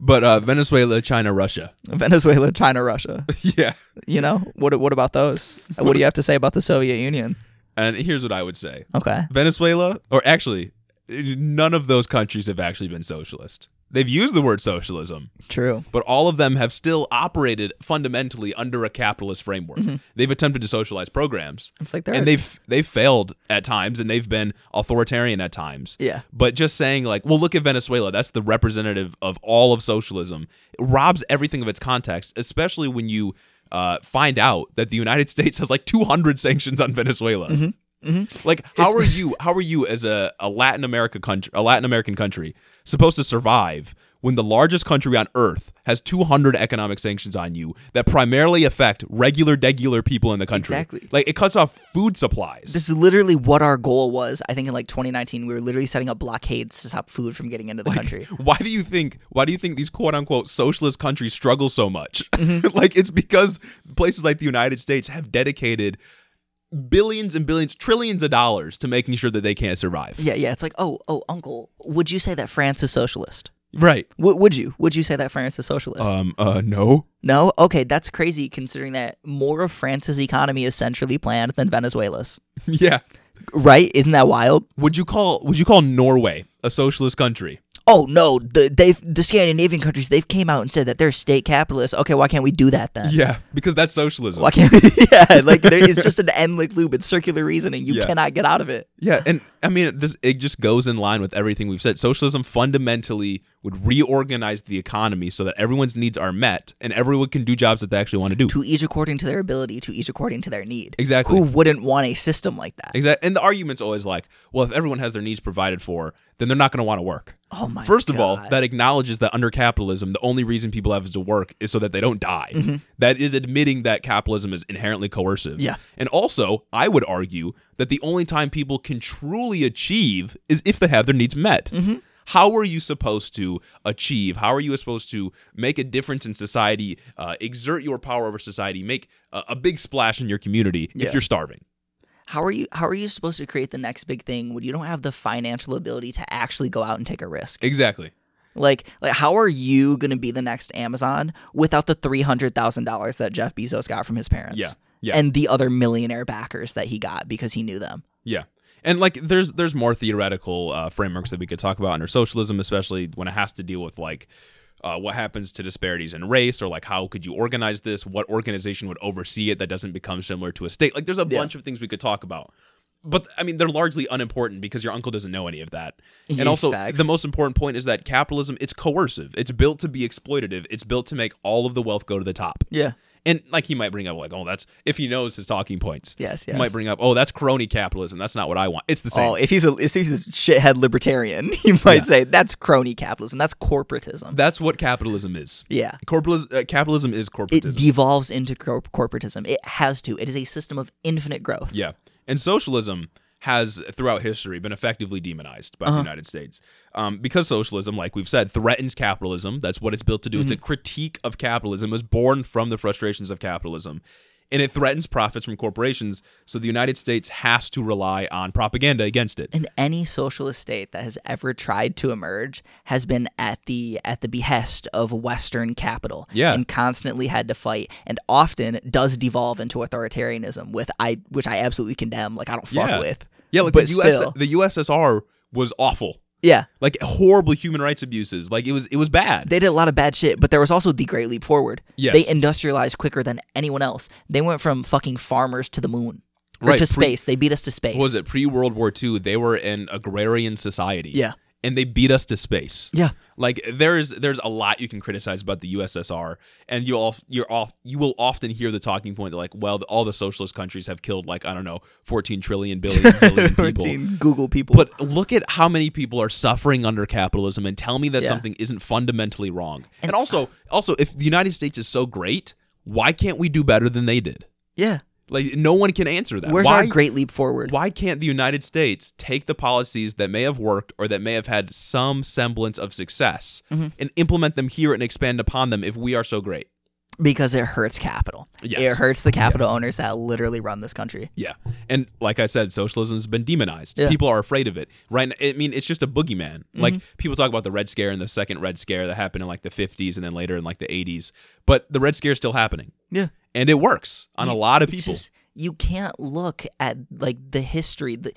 But uh, Venezuela, China, Russia. Venezuela, China, Russia. [laughs] [laughs] yeah. you know what what about those what do you have to say about the soviet union And here's what I would say. okay Venezuela, or actually, none of those countries have actually been socialist. They've used the word socialism, true but all of them have still operated fundamentally under a capitalist framework. They've attempted to socialize programs. it's like they're and they've they've failed at times and they've been authoritarian at times Yeah. but just saying like well look at venezuela that's the representative of all of socialism it robs everything of its context especially [laughs] when you uh, find out that the united states has like 200 sanctions on venezuela Mm-hmm. Like, how are you? How are you as a, a Latin America country, a Latin American country, supposed to survive when the largest country on earth has 200 economic sanctions on you that primarily affect regular, degular people in the country? Exactly. Like, it cuts off food supplies. This is literally what our goal was. I think in like 2019, we were literally setting up blockades to stop food from getting into the country. why do you think why do you think these quote unquote socialist countries struggle so much Mm-hmm. [laughs] like it's because places like the united states have dedicated billions and billions trillions of dollars to making sure that they can't survive Yeah, yeah. It's like, oh, oh, uncle, would you say that France is socialist? right W- would you? Would you say that France is socialist? um uh no [laughs] no? Okay, that's crazy considering that more of France's economy is centrally planned than Venezuela's. yeah Right? Isn't that wild? would you call would you call norway a socialist country Oh no, the they the Scandinavian countries they've came out and said that they're state capitalists. Okay, why can't we do that then? yeah because that's socialism Why can't we? [laughs] Yeah, like there, it's just an endless loop. It's circular reasoning. You Yeah. cannot get out of it. Yeah, and I mean this it just goes in line with everything we've said. Socialism fundamentally would reorganize the economy so that everyone's needs are met and everyone can do jobs that they actually want to do. To each according to their ability. To each according to their need. Exactly. Who wouldn't want a system like that? Exactly. And the argument's always like, well, if everyone has their needs provided for, then they're not going to want to work. Oh my. First of all, God. that acknowledges that under capitalism, the only reason people have to work is so that they don't die. That is admitting that capitalism is inherently coercive. Mm-hmm. Yeah. And also, I would argue that the only time people can truly achieve is if they have their needs met. Mm-hmm. How are you supposed to achieve? How are you supposed to make a difference in society, uh, exert your power over society, make a, a big splash in your community Yeah. if you're starving? how are you? How are you supposed to create the next big thing when you don't have the financial ability to actually go out and take a risk? Exactly. Like, like how are you going to be the next Amazon without the three hundred thousand dollars that Jeff Bezos got from his parents? Yeah, yeah. And the other millionaire backers that he got because he knew them. Yeah, and like there's there's more theoretical uh, frameworks that we could talk about under socialism, especially when it has to deal with like uh, what happens to disparities in race, or like how could you organize this? What organization would oversee it that doesn't become similar to a state? Like there's a bunch of things we could talk about. But I mean, they're largely unimportant because your uncle doesn't know any of that. And Yeah, also, facts. the most important point is that capitalism it's coercive. It's built to be exploitative. It's built to make all of the wealth go to the top. Yeah. And like he might bring up like, oh, that's if he knows his talking points. Yes, He might yes. bring up, oh, that's crony capitalism. That's not what I want. It's the same. Oh, if he's a if he's a shithead libertarian, [laughs] he might say that's crony capitalism. That's corporatism. that's what capitalism is. yeah. Corporalis- uh, capitalism is It corporatism. devolves into cor- corporatism. It has to. It is a system of infinite growth. yeah. And socialism has throughout history been effectively demonized by Uh-huh. the United States um, because socialism, like we've said, threatens capitalism. That's what it's built to do. Mm-hmm. It's a critique of capitalism. It was born from the frustrations of capitalism. And it threatens profits from corporations, so the United States has to rely on propaganda against it. And any socialist state that has ever tried to emerge has been at the at the behest of Western capital. Yeah. And constantly had to fight and often does devolve into authoritarianism with I which I absolutely condemn. Like I don't fuck yeah. with. Yeah, like But the, US, still. the USSR was awful. Yeah. Like horrible human rights abuses. Like it was it was bad. they did a lot of bad shit, but there was also the Great Leap Forward. Yes. They industrialized quicker than anyone else. They went from fucking farmers to the moon. Or Right, to pre- space. they beat us to space. What was it pre World War II? They were an agrarian society. Yeah. and they beat us to space. Yeah. Like there's there's a lot you can criticize about the USSR, and you all you're off you will often hear the talking point that like well all the socialist countries have killed like I don't know 14 trillion billion [laughs] zillion people. Fourteen Google people. But look at how many people are suffering under capitalism and tell me that Yeah. something isn't fundamentally wrong. And, also, also if the United States is so great, why can't we do better than they did? yeah. Like no one can answer that. Where's why, our Great Leap Forward? why can't the United States take the policies that may have worked or that may have had some semblance of success Mm-hmm. and implement them here and expand upon them if we are so great? Because it hurts capital. Yes. It hurts the capital owners that literally run this country. Yeah. And like I said, socialism has been demonized. Yeah. People are afraid of it. Right. I mean, it's just a boogeyman. Like Mm-hmm. people talk about the Red Scare and the second Red Scare that happened in like the 50s and then later in like the 80s. But the Red Scare is still happening. Yeah. And it works on a lot of It's people. just- you can't look at like the history. The,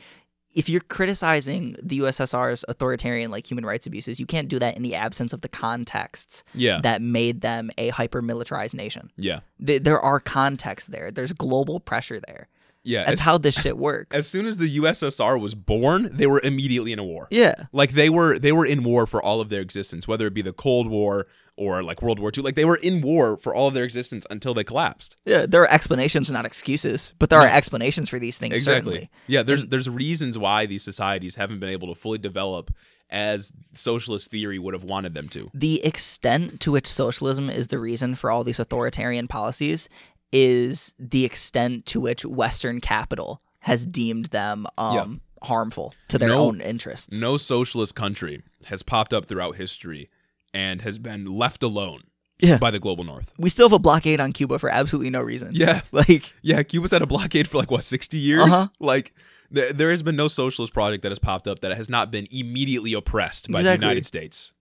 if you're criticizing the USSR's authoritarian like human rights abuses, you can't do that in the absence of the contexts yeah. that made them a hyper militarized nation. yeah. Th- there are contexts there. There's global pressure there. Yeah. That's as, how this [laughs] shit works. as soon as the USSR was born, they were immediately in a war. yeah. like they were they were in war for all of their existence whether it be the cold war or like World War II. Like they were in war for all of their existence until they collapsed. Yeah, there are explanations, not excuses, but there are explanations for these things. Exactly. Certainly. Yeah, there's there's reasons why these societies haven't been able to fully develop as socialist theory would have wanted them to. The extent to which socialism is the reason for all these authoritarian policies is the extent to which Western capital has deemed them um, harmful to their No- own interests. No socialist country has popped up throughout history and has been left alone Yeah. by the global north. We still have a blockade on Cuba for absolutely no reason. Yeah. [laughs] Like, Yeah, Cuba's had a blockade for like what sixty years. Uh-huh. Like th- there has been no socialist project that has popped up that has not been immediately oppressed by the Exactly. United States.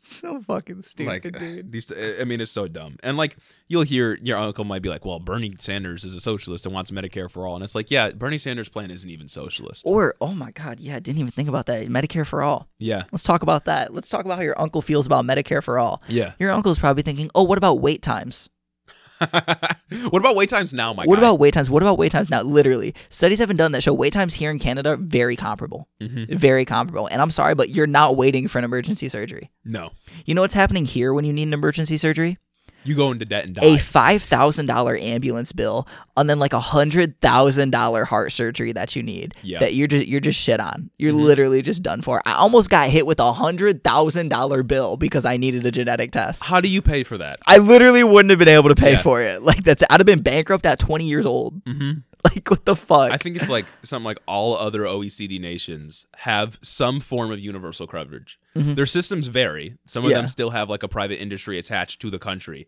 so fucking stupid, like uh, dude. these, I mean, it's so dumb. And like you'll hear your uncle might be like, "Well, Bernie Sanders is a socialist and wants Medicare for all," and it's like, yeah, Bernie Sanders' plan isn't even socialist. Or, oh my God, yeah, I didn't even think about that. Medicare for all. Yeah, Let's talk about that. Let's talk about how your uncle feels about Medicare for all. yeah. Your uncle's probably thinking, oh, what about wait times? [laughs] what about wait times now, my what guy? about wait times? What about wait times now? Literally, studies have been done that show wait times here in Canada are very comparable. Mhm. Very comparable. And I'm sorry, but you're not waiting for an emergency surgery. no? You know what's happening here when you need an emergency surgery? You go into debt and die. A $5,000 ambulance bill and then like a $100,000 heart surgery that you need Yeah. Mm-hmm. that you're just, you're just shit on. You're literally just done for. I almost got hit with a $100,000 bill because I needed a genetic test. How do you pay for that? I literally wouldn't have been able to pay Yeah. for it. Like that's I'd have been bankrupt at 20 years old. Mhm. Like what the fuck? I think it's like [laughs] something like all other OECD nations have some form of universal coverage. Their systems vary. Some of Mm-hmm. Yeah. them still have like a private industry attached to the country,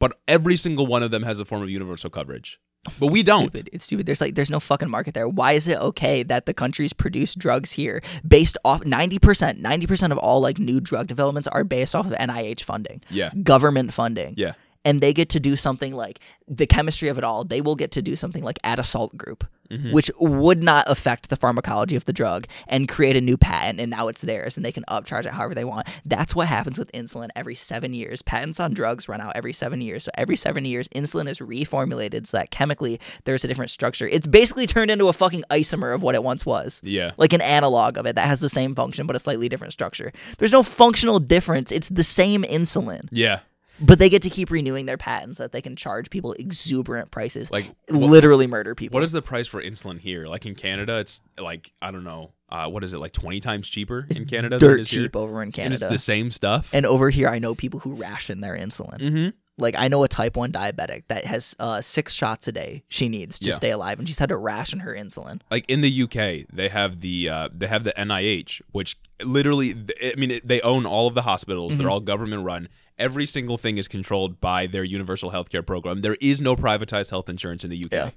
but every single one of them has a form of universal coverage. But we don't. stupid. It's stupid. There's like there's no fucking market there. Why is it okay that the countries produce drugs here based off 90%, 90% of all like new drug developments are based off of NIH funding. Yeah. Government funding. Yeah. And they get to do something like the chemistry of it all. They will get to do something like add a salt group, which would not affect the pharmacology of the drug and create a new patent. And now it's theirs and they can upcharge it however they want. That's what happens with insulin every seven years. Patents on drugs run out every seven years. So every seven years, insulin is reformulated so that chemically there's a different structure. It's basically turned into a fucking isomer of what it once was Yeah. like an analog of it that has the same function but a slightly different structure. There's no functional difference. It's the same insulin, Yeah. but they get to keep renewing their patents so that they can charge people exuberant prices, Like what, literally murder people. what is the price for insulin here? Like in Canada, it's like I don't know. Uh, what is it like twenty times cheaper in Canada? than it dirt is here? cheap over and in it's Canada? And, the same stuff. over here, I know people who ration their insulin. Mhm. Like I know a type one diabetic that has uh, six shots a day she needs to Yeah. stay alive, and she's had to ration her insulin. like in the UK, they have the uh, they have the NIH, which literally, th- I mean, it- they own all of the hospitals. They're all government run. Every single thing is controlled by their universal healthcare program. There is no privatized health insurance in the UK. Yeah.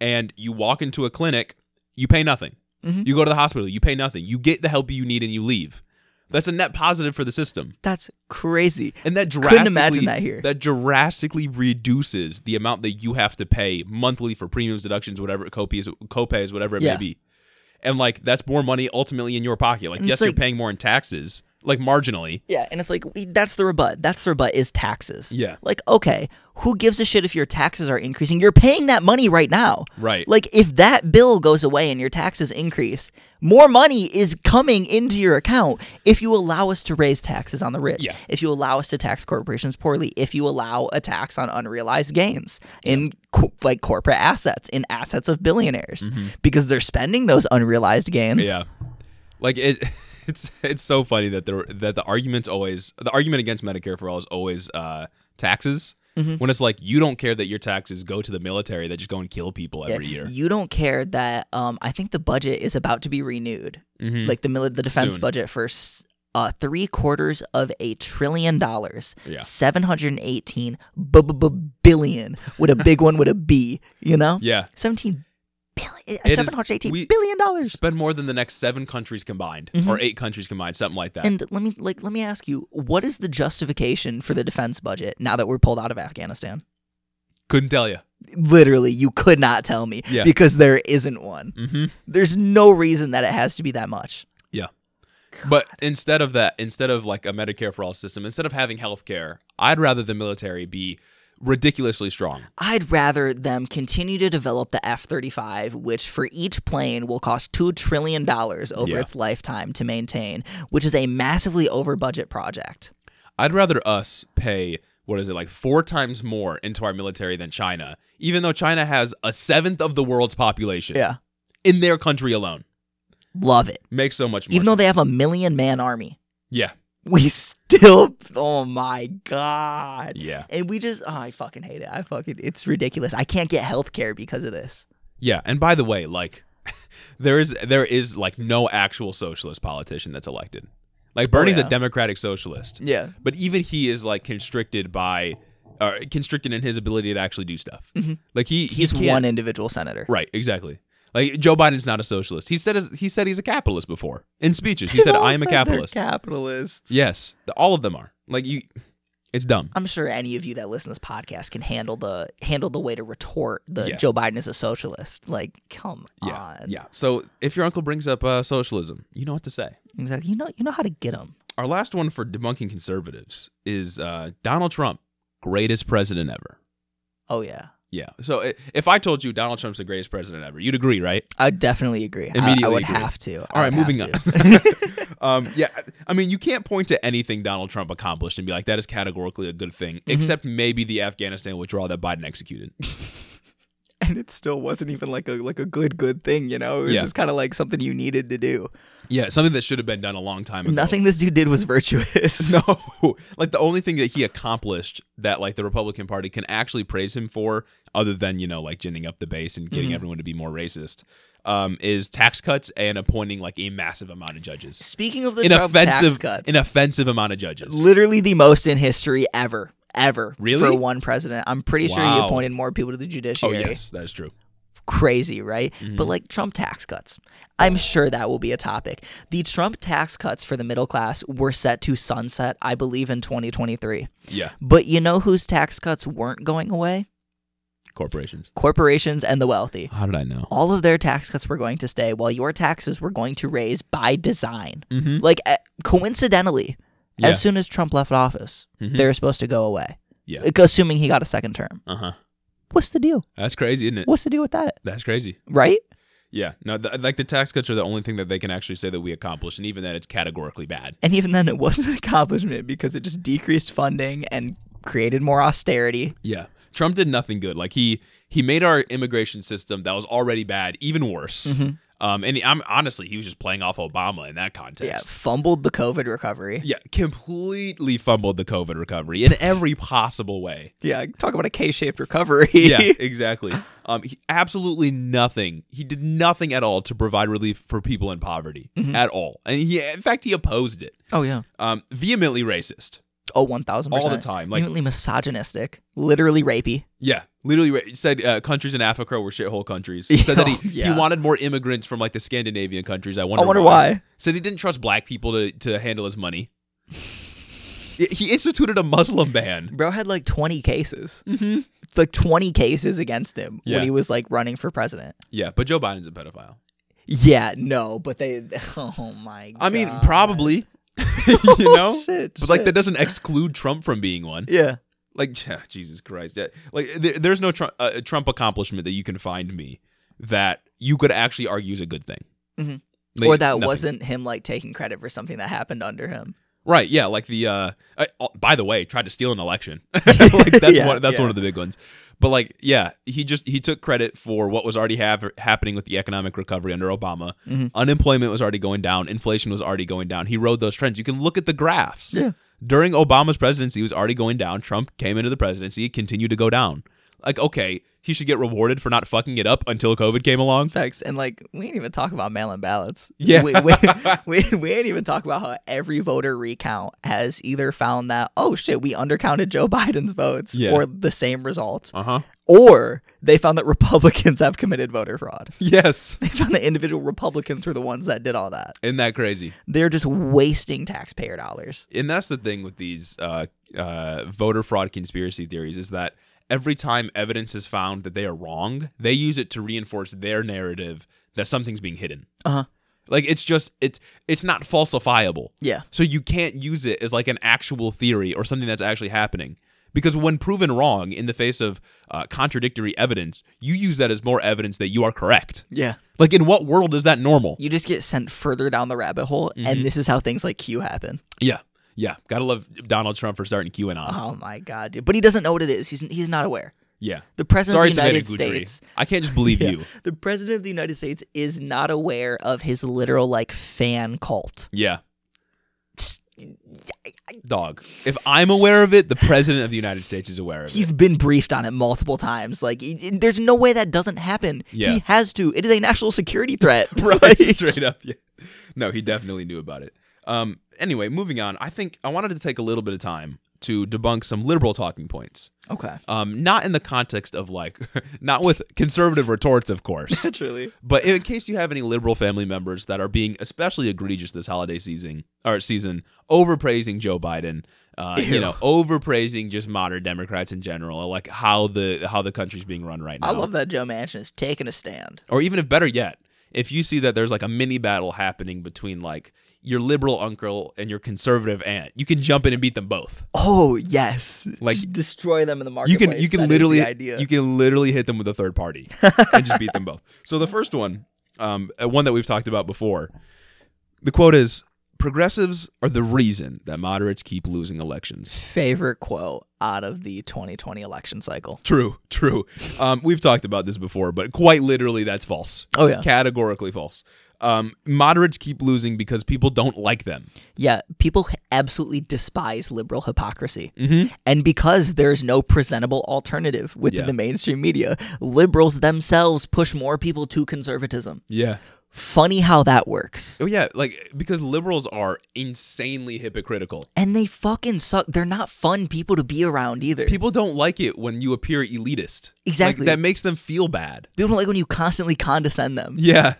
And you walk into a clinic, you pay nothing. Mhm. You go to the hospital, you pay nothing. You get the help you need, and you leave. That's a net positive for the system. That's crazy. And that drastically, Couldn't imagine that here. That drastically reduces the amount that you have to pay monthly for premiums, deductions, whatever copies, copays, whatever it Yeah. may be. And like that's more money ultimately in your pocket. Like And yes, it's you're like- paying more in taxes, like marginally. Yeah, and it's like we, that's the rebut. That's the rebut is taxes. Yeah. Like, okay, who gives a shit if your taxes are increasing? You're paying that money right now. Right. Like if that bill goes away and your taxes increase, more money is coming into your account if you allow us to raise taxes on the rich. Yeah. If you allow us to tax corporations poorly, if you allow a tax on unrealized gains in co- like corporate assets, in assets of billionaires because they're spending those unrealized gains. Mm-hmm. Yeah. Like it [laughs] it's it's so funny that there that the argument's always the argument against Medicare for all is always uh taxes. Mm-hmm. When it's like you don't care that your taxes go to the military that just go and kill people every year. You don't care that um, I think the budget is about to be renewed, like the mili- the defense Mm-hmm. Soon. budget for s- uh, three quarters of a trillion dollars, Yeah. seven hundred eighteen billion with a big one with a B, [laughs] you know, Yeah. seventeen billion, It is- seven hundred eighteen we- billion dollars. spend more than the next seven countries combined or eight countries combined, something like that. Mm-hmm. And let me like let me ask you, what is the justification for the defense budget now that we're pulled out of Afghanistan? Couldn't tell you. Literally, you could not tell me Yeah. because there isn't one. Mm-hmm. There's no reason that it has to be that much. Yeah. But instead of that, instead of like a Medicare for all system, instead of having health care, I'd rather the military be ridiculously strong. I'd rather them continue to develop the F 35, which for each plane will cost $2 trillion over Yeah. its lifetime to maintain, which is a massively over budget project. I'd rather us pay what is it like four times more into our military than China, even though China has a seventh of the world's population Yeah. in their country alone. Love it. Makes so much more. Even though they have a million man army, yeah, we still. Oh my god. yeah, And we just. Oh, I fucking hate it. I fucking. It's ridiculous. I can't get health care because of this. yeah. And by the way, like [laughs] there is there is like no actual socialist politician that's elected. Like Bernie's Oh, yeah. a democratic socialist, Yeah. but even he is like constricted by, or constricted in his ability to actually do stuff. Like he he Mm-hmm. He's can't- one individual senator. Right, exactly. Like Joe Biden's not a socialist. He said he said he's a capitalist before in speeches. He [laughs] said People I am a said they're capitalist. Capitalists. yes, The- all of them are. Like you, it's dumb. I'm sure any of you that listen to this podcast can handle the handle the way to retort the Yeah. Joe Biden is a socialist. Like, come Yeah, on. yeah. So if your uncle brings up uh, socialism, you know what to say. Exactly. You know you know how to get them. Our last one for debunking conservatives is uh, Donald Trump, greatest president ever. Oh yeah. Yeah. So i- if I told you Donald Trump's the greatest president ever, you'd agree, right? I would definitely agree. I- I, Immediately would agree. have to. All right, moving on. [laughs] [laughs] um, yeah, I mean, you can't point to anything Donald Trump accomplished and be like, that is categorically a good thing, Mm-hmm. except maybe the Afghanistan withdrawal that Biden executed. [laughs] and it still wasn't even like a like a good good thing, you know. It was Yeah. just kind of like something you needed to do. yeah, something that should have been done a long time ago. Nothing this dude did was virtuous. [laughs] No, like the only thing that he accomplished that like the Republican Party can actually praise him for, other than you know like ginning up the base and Mm-hmm. getting everyone to be more racist, um, is tax cuts and appointing like a massive amount of judges, Speaking of the Trump tax inoffensive, cuts, inoffensive amount of judges. literally the most in history ever. Ever Really? for one president, I'm pretty sure he Wow. appointed more people to the oh judiciary. yes, that is true. crazy, right? Mm-hmm. But like Trump tax cuts, I'm sure that will be a topic. The Trump tax cuts for the middle class were set to sunset, I believe, in 2023. Yeah, But you know whose tax cuts weren't going away? corporations. Corporations and the wealthy. How did I know? All of their tax cuts were going to stay, while your taxes were going to raise by design. Mm-hmm. Like eh, coincidentally, Yeah. as soon as Trump left office, Mhm. they were supposed to go away. Yeah. Like, Assuming he got a second term. Uh huh. What's the deal? That's crazy, isn't it? What's the deal with that? That's crazy. Right? Yeah. No, th- like the tax cuts are the only thing that they can actually say that we accomplished, and even then, it's categorically bad. And even then, it wasn't an accomplishment because it just decreased funding and created more austerity. Yeah. Trump did nothing good. Like he he made our immigration system that was already bad even worse. Um, and he, I'm honestly, he was just playing off Obama in that Yeah, context. fumbled the COVID recovery. Yeah, completely fumbled the COVID recovery in every possible way. Yeah, talk about a K-shaped recovery. [laughs] yeah, [laughs] exactly. Um, he, absolutely nothing. He did nothing at all to provide relief for people in poverty at all. And he, in fact, he opposed it. Oh yeah. Um, vehemently racist. Oh, one thousand All the time, like- Vehemently misogynistic, literally rapey. Yeah, literally ra- said uh, countries in Africa were shithole [laughs] countries. He said that he, Yeah. he wanted more immigrants from like the Scandinavian countries. I wonder. I wonder why. Said he didn't trust black people to to handle his money. He- he instituted a Muslim ban. Bro had like twenty cases. Mm-hmm. Like twenty cases against him Yeah. when he was like running for president. Yeah, but Joe Biden's a pedophile. Yeah, no, but they. [laughs] Oh my. god. I mean, [laughs] probably. [laughs] you know, Shit, but like shit. that doesn't exclude Trump from being one. Yeah. like [sighs] Jesus Christ, that- like there, there's no Trump, uh, Trump accomplishment that you can find me that you could actually argue is a good thing, Mhm. Like, or that nothing. wasn't him like taking credit for something that happened under him. right. Yeah, like the uh, I, oh, by the way, tried to steal an election. [laughs] [laughs] like that's Yeah, one that's yeah. one of the big ones. But like, yeah, he just he took credit for what was already have, happening with the economic recovery under Obama. Mm-hmm. Unemployment was already going down, inflation was already going down. He rode those trends. You can look at the graphs. Yeah. During Obama's presidency, it was already going down. Trump came into the presidency, it continued to go down. Like, okay, he should get rewarded for not fucking it up until COVID came [laughs] along. Facts. And like, we ain't even talk about mail in ballots. Yeah. We, [laughs] we, we, we ain't even talk about how every voter recount has either found that, oh shit, we undercounted Joe Biden's votes Yeah. or the same results, Uh huh. or they found that Republicans have committed voter fraud. [laughs] Yes. They found that individual Republicans were the ones that did all that. Isn't that crazy? They're just wasting taxpayer dollars. and that's the thing with these uh, uh, voter fraud conspiracy theories is that every time evidence is found that they are wrong, they use it to reinforce their narrative that something's being hidden. Uh huh. Like it's just it's it's not falsifiable. Yeah. So you can't use it as like an actual theory or something that's actually happening. Because when proven wrong in the face of uh, contradictory evidence, you use that as more evidence that you are correct. Yeah. Like in what world is that normal? Mm-hmm. You just get sent further down the rabbit hole, and this is how things like Q happen. Yeah. Yeah, gotta love Donald Trump for starting QAnon. Oh my god, dude! But he doesn't know what it is. He's he's not aware. Yeah. The president Sorry, of the United Savannah Guthrie. States. I can't just believe Yeah. you. [laughs] The president of the United States is not aware of his literal like fan cult. Yeah, Tss, dog. If I'm aware of it, the president of the United States is aware of [laughs] it. He's been briefed on it multiple times. Like, he- he- there's no way that doesn't happen. Yeah. He has to. It is a national security threat. [laughs] right Like- straight up yeah no he definitely knew about it um anyway moving on i think i wanted to take a little bit of time to debunk some liberal talking points [laughs] Okay. um not in the context of like [laughs] not with conservative retorts of course Truly. but in case you have any liberal family members that are being especially egregious this holiday season or season overpraising joe biden uh, you Ew. know overpraising just modern democrats in general like how the how the country's being run right now I love that Joe Manchin is taking a stand. or even if better yet if you see that there's like a mini battle happening between like your liberal uncle and your conservative aunt you can jump in and beat them both Oh yes, Like- Just destroy them in the market. you can you can literally idea. you can literally hit them with a third [laughs] party and just beat them both so the first one um uh, one that we've talked about before the quote is progressives are the reason that moderates keep losing elections favorite quote out of the 2020 election cycle. true true um we've talked about this before but quite literally that's false Oh yeah, categorically false um moderates keep losing because people don't like them yeah. People h- absolutely despise liberal hypocrisy, Mm-hmm. and because there's no presentable alternative within Yeah. the mainstream media, liberals themselves push more people to conservatism. Yeah. Funny how that works. Oh yeah, like because liberals are insanely hypocritical. And they fucking suck. They're not fun people to be around either. People don't like it when you appear elitist. Exactly. Like, that makes them feel bad. People don't like when you constantly condescend them. Yeah.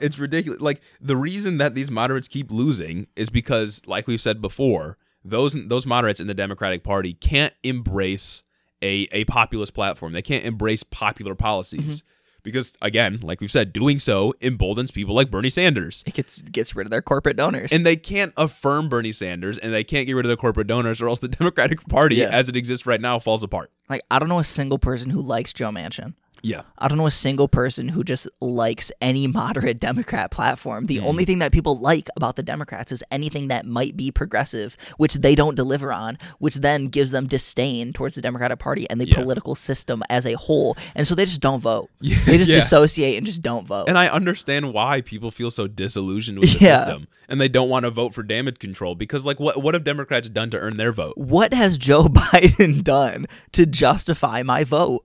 It's ridiculous. Like the reason that these moderates keep losing is because like we've said before, those those moderates in the Democratic Party can't embrace a a populist platform. They can't embrace popular policies. Mm-hmm. Because again, like we've said, doing so emboldens people like Bernie Sanders. It gets gets rid of their corporate donors. And they can't affirm Bernie Sanders and they can't get rid of their corporate donors or else the [laughs] Democratic Party Yeah. as it exists right now falls apart. Like I don't know a single person who likes Joe Manchin. Yeah. I don't know a single person who just likes any [laughs] moderate Democrat platform. Hmm. The only thing that people like about the Democrats is anything that might be progressive, which they don't deliver on, which then gives them disdain towards the Democratic Party and the Yeah. political system as a whole. And so they just don't vote. They [laughs] just yeah. dissociate and just don't vote. And I understand why people feel so disillusioned with the Yeah. system and they don't want to vote for damage control because like what what have Democrats done to earn their vote? what has Joe [laughs] Biden done to justify my vote?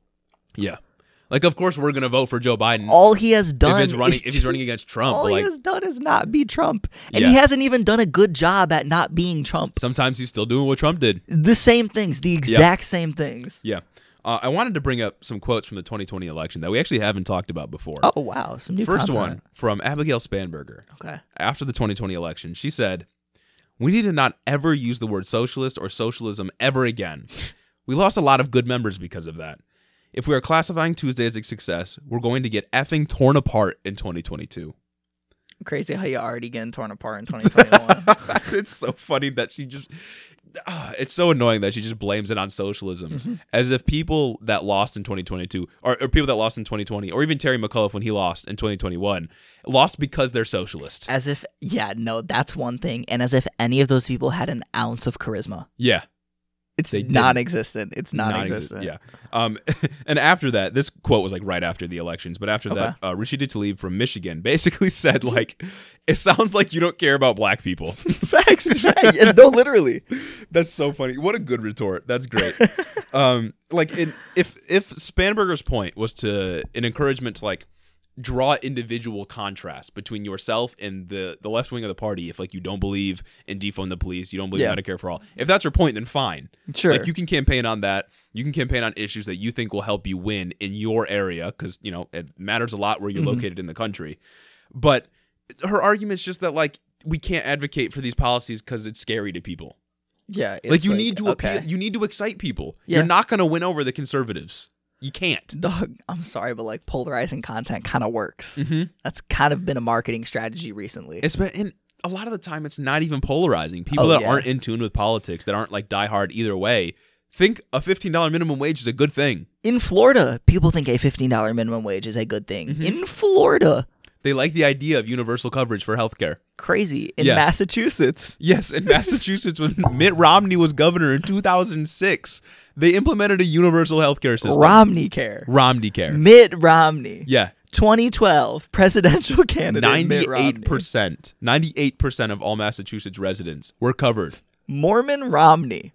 Yeah. Like of course we're going to vote for Joe Biden All he has if done it's running is if he's running against Trump, all but, he like has done is not be Trump. And he Yeah. hasn't even done a good job at not being Trump. sometimes he's still doing what Trump did. The same things, the exact same things. Yeah. Uh, I wanted to bring up some quotes from the 2020 election that we actually haven't talked about before. Oh wow, some new First content. one from Abigail Spanberger. Okay. after the 2020 election, she said, We need to not ever use the word socialist or socialism ever again. We lost a lot of good members because of that. If we are classifying Tuesday as a success, we're going to get effing torn apart in 2022. Crazy how you're already getting torn apart [laughs] in 2021. [laughs] it's so funny that she just. ah, it's so annoying that she just blames it on socialism as if people that lost in 2022 or, or people that lost in 2020 or even Terry McAuliffe when he lost in 2021 lost because they're socialist. as if yeah, no, that's one thing. And as if any of those people had an ounce of charisma. Yeah. It's They didn't. non existent. It's non Non-exist- existent. Yeah. Um, [laughs] and after that, this quote was like right after the elections, but after that, uh, Rashida Tlaib from Michigan basically [laughs] said like, "It sounds like you don't care about black people." [laughs] [laughs] Facts. Yeah, yeah, no, literally. That's so funny. What a good retort. That's [laughs] great. um, like in, if if Spanberger's point was to an encouragement to like draw individual contrast between yourself and the the left wing of the party if like you don't believe in defund the police you don't believe Yeah. medicare for all if that's your point then fine Sure. like you can campaign on that. You can campaign on issues that you think will help you win in your area because you know it matters a lot where you're Mm-hmm. located in the country. But her argument's just that like we can't advocate for these policies because it's scary to people. yeah. like it's you need to okay. appeal, you need to excite people. Yeah. You're not going to win over the conservatives. You can't. Dog, I'm sorry, but like polarizing content kind of works. Mhm. That's kind of been a marketing strategy recently. It's been and a lot of the time it's not even polarizing. People Oh, that yeah. aren't in tune with politics that aren't like diehard either way think a fifteen dollar minimum wage is a good thing. Mm-hmm. In Florida, people think a $15 minimum wage is a good thing. In Florida, They like the idea of universal coverage for healthcare. Crazy in Yeah. Massachusetts. Yes, in [laughs] Massachusetts, when Mitt Romney was governor in 2006, they implemented a universal healthcare system. Romney care. Romney care. Mitt Romney. Yeah. 2012 presidential [laughs] candidate. Mitt Romney. 98%. 98% of all Massachusetts residents were covered. Mormon Romney.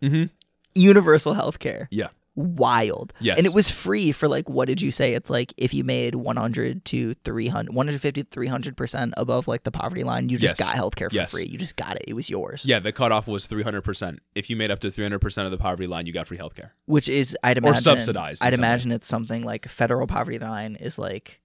Universal health care. Yeah. Wild. Yes. And it was free for like, what did you say? It's like if you made 100 to 300, 150 to 300% above like the poverty line, you just Yes. got health care for Yes. free. You just got it. It was yours. Yeah, the cutoff was 300%. If you made up to 300% of the poverty line, you got free healthcare. Which is, I'd imagine. subsidized in I'd some way. imagine it's something like federal poverty line is like,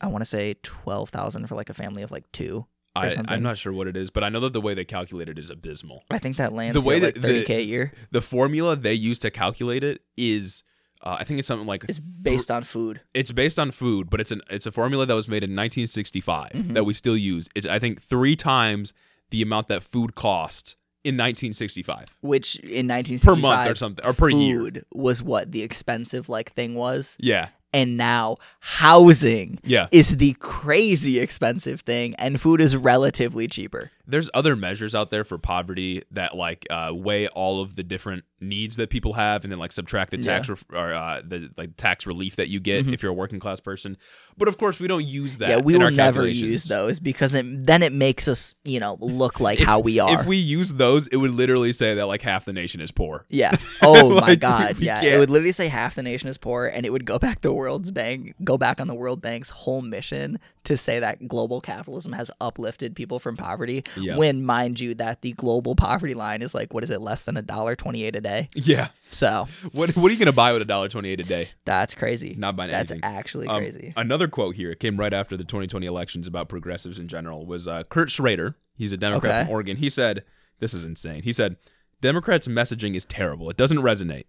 I want to say 12,000 for like a family of like two. Or I, something. I'm not sure what it is, but I know that the way they calculate it is abysmal. I think that lands The you way at, like that the- 30K a year The formula they use to calculate it is, uh, I think it's something like is based on food. it's based on food, but it's an it's a formula that was made in 1965 Mm-hmm. that we still use. It's I think three times the amount that food cost in 1965. which in 1965 Per month or something, or per year. food was what the expensive like thing was Yeah, and now housing yeah. is the crazy expensive thing and food is relatively cheaper There's other measures out there for poverty that like uh, weigh all of the different needs that people have, and then like subtract the tax ref- or uh, the like tax relief that you get if you're a working class person. But of course, we don't use that. Mm-hmm. yeah we in will our never use calculations. those because it, then it makes us you know [laughs] look like how we are If we use those, it would literally say that like half the nation is poor. [laughs] yeah. Oh my Like, God. we Yeah. It can't- would literally say half the nation is poor, and it would go back the world's bank, go back on the World Bank's whole mission to say that global capitalism has uplifted people from poverty. Yeah. When, mind you, that the global poverty line is like what is it, less than a dollar twenty-eight a day? Yeah. So What What are you gonna buy with a dollar twenty eight a [laughs] day? that's crazy. Not buying That's anything. actually Um, crazy. Another quote here it came right after the 2020 elections about progressives in general was uh, Kurt Schrader. He's a Democrat Okay. from Oregon. He said, "This is insane." He said, "Democrats' messaging is terrible. It doesn't resonate."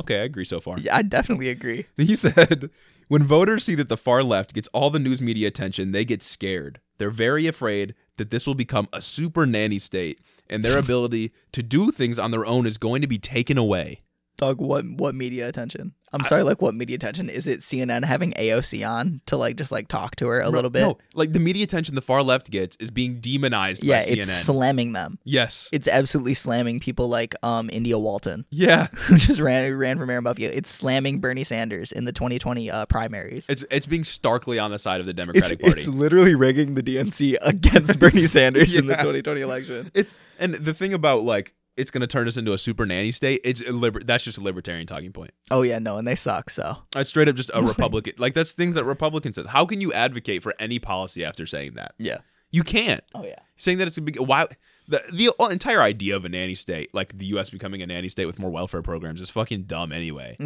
Okay, I agree so far. Yeah, I definitely agree. [laughs] He said, "When voters see that the far left gets all the news media attention, they get scared. They're very afraid that this will become a super nanny state, and [laughs] their ability to do things on their own is going to be taken away." Doug, what what media attention? I'm sorry, like what media attention? Is it CNN having AOC on to like just like talk to her a little bit? No, like the media attention the far left gets is being demonized yeah, by CNN. it's slamming them. yes. it's absolutely slamming people like um India Walton, [laughs] Yeah, who just ran ran for mayor in Buffalo. It's slamming Bernie Sanders in the 2020 uh, primaries. it's it's being starkly on the side of the It's, Democratic Party. it's literally rigging the DNC [laughs] against Bernie Sanders in the Yeah. 2020 election. It's, and the thing about like it's going to turn us into a super nanny state. It's a liber- that's just a libertarian talking point. Oh yeah, no, and they suck. So It's straight up just a Republican. like that's things that Republicans says. How can you advocate for any policy after saying that? yeah, You can't. oh yeah, Saying that it's a big why the the entire idea of a nanny state, like the U.S. becoming a nanny state with more welfare programs, is fucking dumb anyway.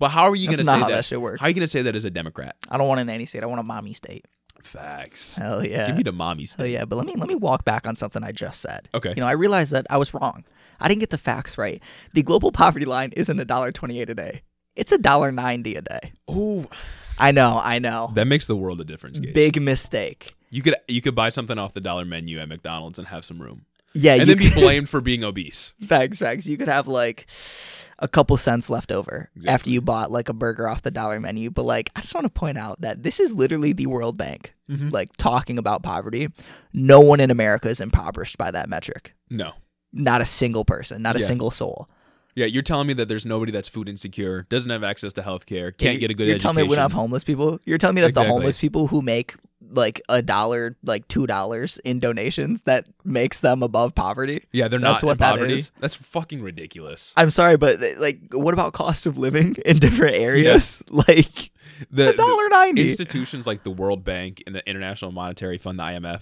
But how are you Mm-hmm. That's going to not say how that? that shit works. How are you going to say that as a Democrat? I don't want a nanny state. I want a mommy state. Facts. Hell yeah, Give me the mommy state. hell yeah. But let me let me walk back on something I just said. Okay. you know I realized that I was wrong. I didn't get the facts right. The global [laughs] poverty line isn't a dollar twenty eight a day. It's a dollar ninety a day. Ooh, I know, I know. that makes the world a difference. Gage. oh. Big mistake. You could you could buy something off the dollar menu at McDonald's and have some room, Yeah, and you then be blamed for being obese. could, facts, facts. You could have like a couple cents left over after you bought like a burger off the dollar menu. But like, I just want to point out that this is literally the World Bank Mm-hmm. like talking about poverty. No one in America is impoverished by that metric. No, Not a single person. Not a Yeah. single soul. yeah, you're telling me that there's nobody that's food insecure, doesn't have access to health care, can't You- get a good You're education. telling me we don't have homeless people. You're telling me that the Exactly. homeless people who make like a dollar, like two dollars in donations, that makes them above poverty. yeah, they're That's not what in that poverty. is. That's fucking [laughs] ridiculous. I'm sorry, but like, what about cost of living in different areas? [laughs] Like The, [laughs] a dollar ninety. institutions like the World Bank and the International Monetary Fund, the IMF,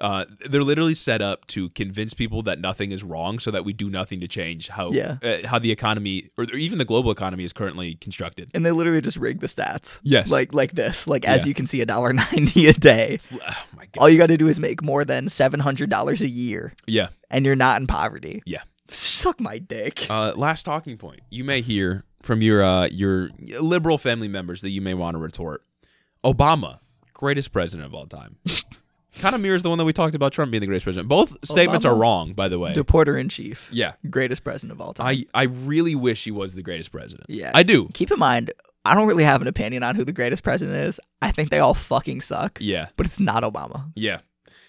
uh, they're literally set up to convince people that nothing is wrong, so that we do nothing to change how Yeah. uh, how the economy or even the global economy is currently constructed. and they literally just rig the stats. Yes. Like like this. Like as Yeah. you can see, a dollar ninety a day. Oh my god. All you got to do is make more than seven hundred dollars a year, Yeah. and you're not in poverty. Yeah. Suck my dick. Uh, last talking point. You may hear from your uh, your liberal family members that you may want to retort. Obama, greatest president of all [laughs] time. kind of mirrors the one that we talked about Trump being the greatest president. Both statements Obama- are wrong, by the way. Deporter in chief, yeah. greatest president of all time. I, I really wish he was the greatest president. Yeah. I do. Keep in mind, I don't really have an opinion on who the greatest president is. I think they all fucking suck, Yeah. but it's not Obama. Yeah.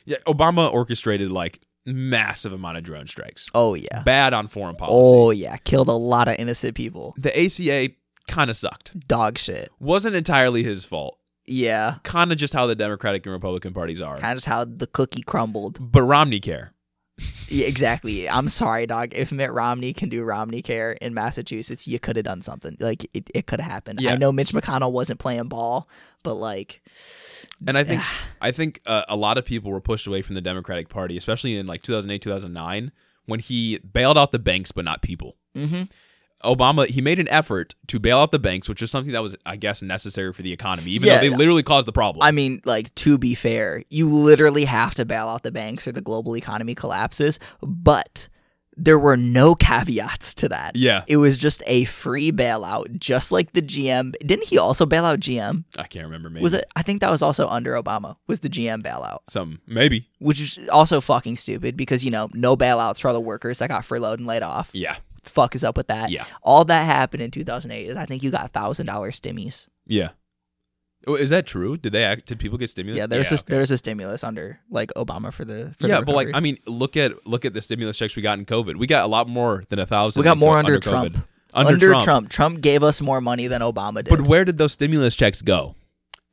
Yeah. Obama orchestrated like massive amount of drone strikes. Oh yeah. Bad on foreign policy. Oh yeah. Killed a lot of innocent people. The ACA kind of sucked. Dog shit. Wasn't entirely his fault. Yeah. Kind of just how the Democratic and Republican parties are. Kind of just how the cookie crumbled. But Romney care. Yeah, exactly. I'm sorry, dog. If Mitt Romney can do Romney Care in Massachusetts, you could have done something. Like it, it could have happened. Yeah. I know Mitch McConnell wasn't playing ball, but like, And I think I think uh, a lot of people were pushed away from the Democratic Party, especially in like 2008, 2009, when he bailed out the banks but not people. hmm Obama, he made an effort to bail out the banks, which is something that was, I guess, necessary for the economy, even Yeah. though they literally caused the problem. I mean, like to be fair, you literally have to bail out the banks or the global economy collapses. But there were no caveats to that. yeah, It was just a free bailout, just like the GM. Didn't he also bail out GM? I can't remember. Maybe Was it? I think that was also under Obama. Was the GM bailout? some? Maybe. which is also fucking stupid because you know no bailouts for all the workers that got furloughed and laid off. Yeah, Fuck is up with that? Yeah. all that happened in 2008 is I think you got thousand dollar stimmies. yeah. Oh, Is that true? Did they act? Did people get stimulus? Yeah, there's a, okay. there's a stimulus under like Obama for the for the yeah, but like recovery. I mean, look at look at the stimulus checks we got in COVID. We got a lot more than a thousand. we got in more co- under, COVID. Trump. Under, Trump. Trump, Trump gave us more money than Obama did. But where did those stimulus checks go?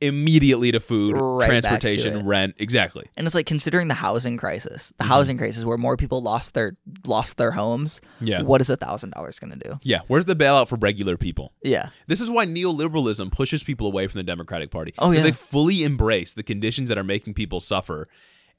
Immediately to food, Right back to it. transportation, rent. Exactly. and it's like considering the housing crisis, Mm-hmm. the housing crisis where more people lost their lost their homes. Yeah. What is a thousand dollars going to do? Yeah. Where's the bailout for regular people? Yeah, This is why neoliberalism pushes people away from the Democratic Party. Oh, 'Cause yeah. They fully embrace the conditions that are making people suffer.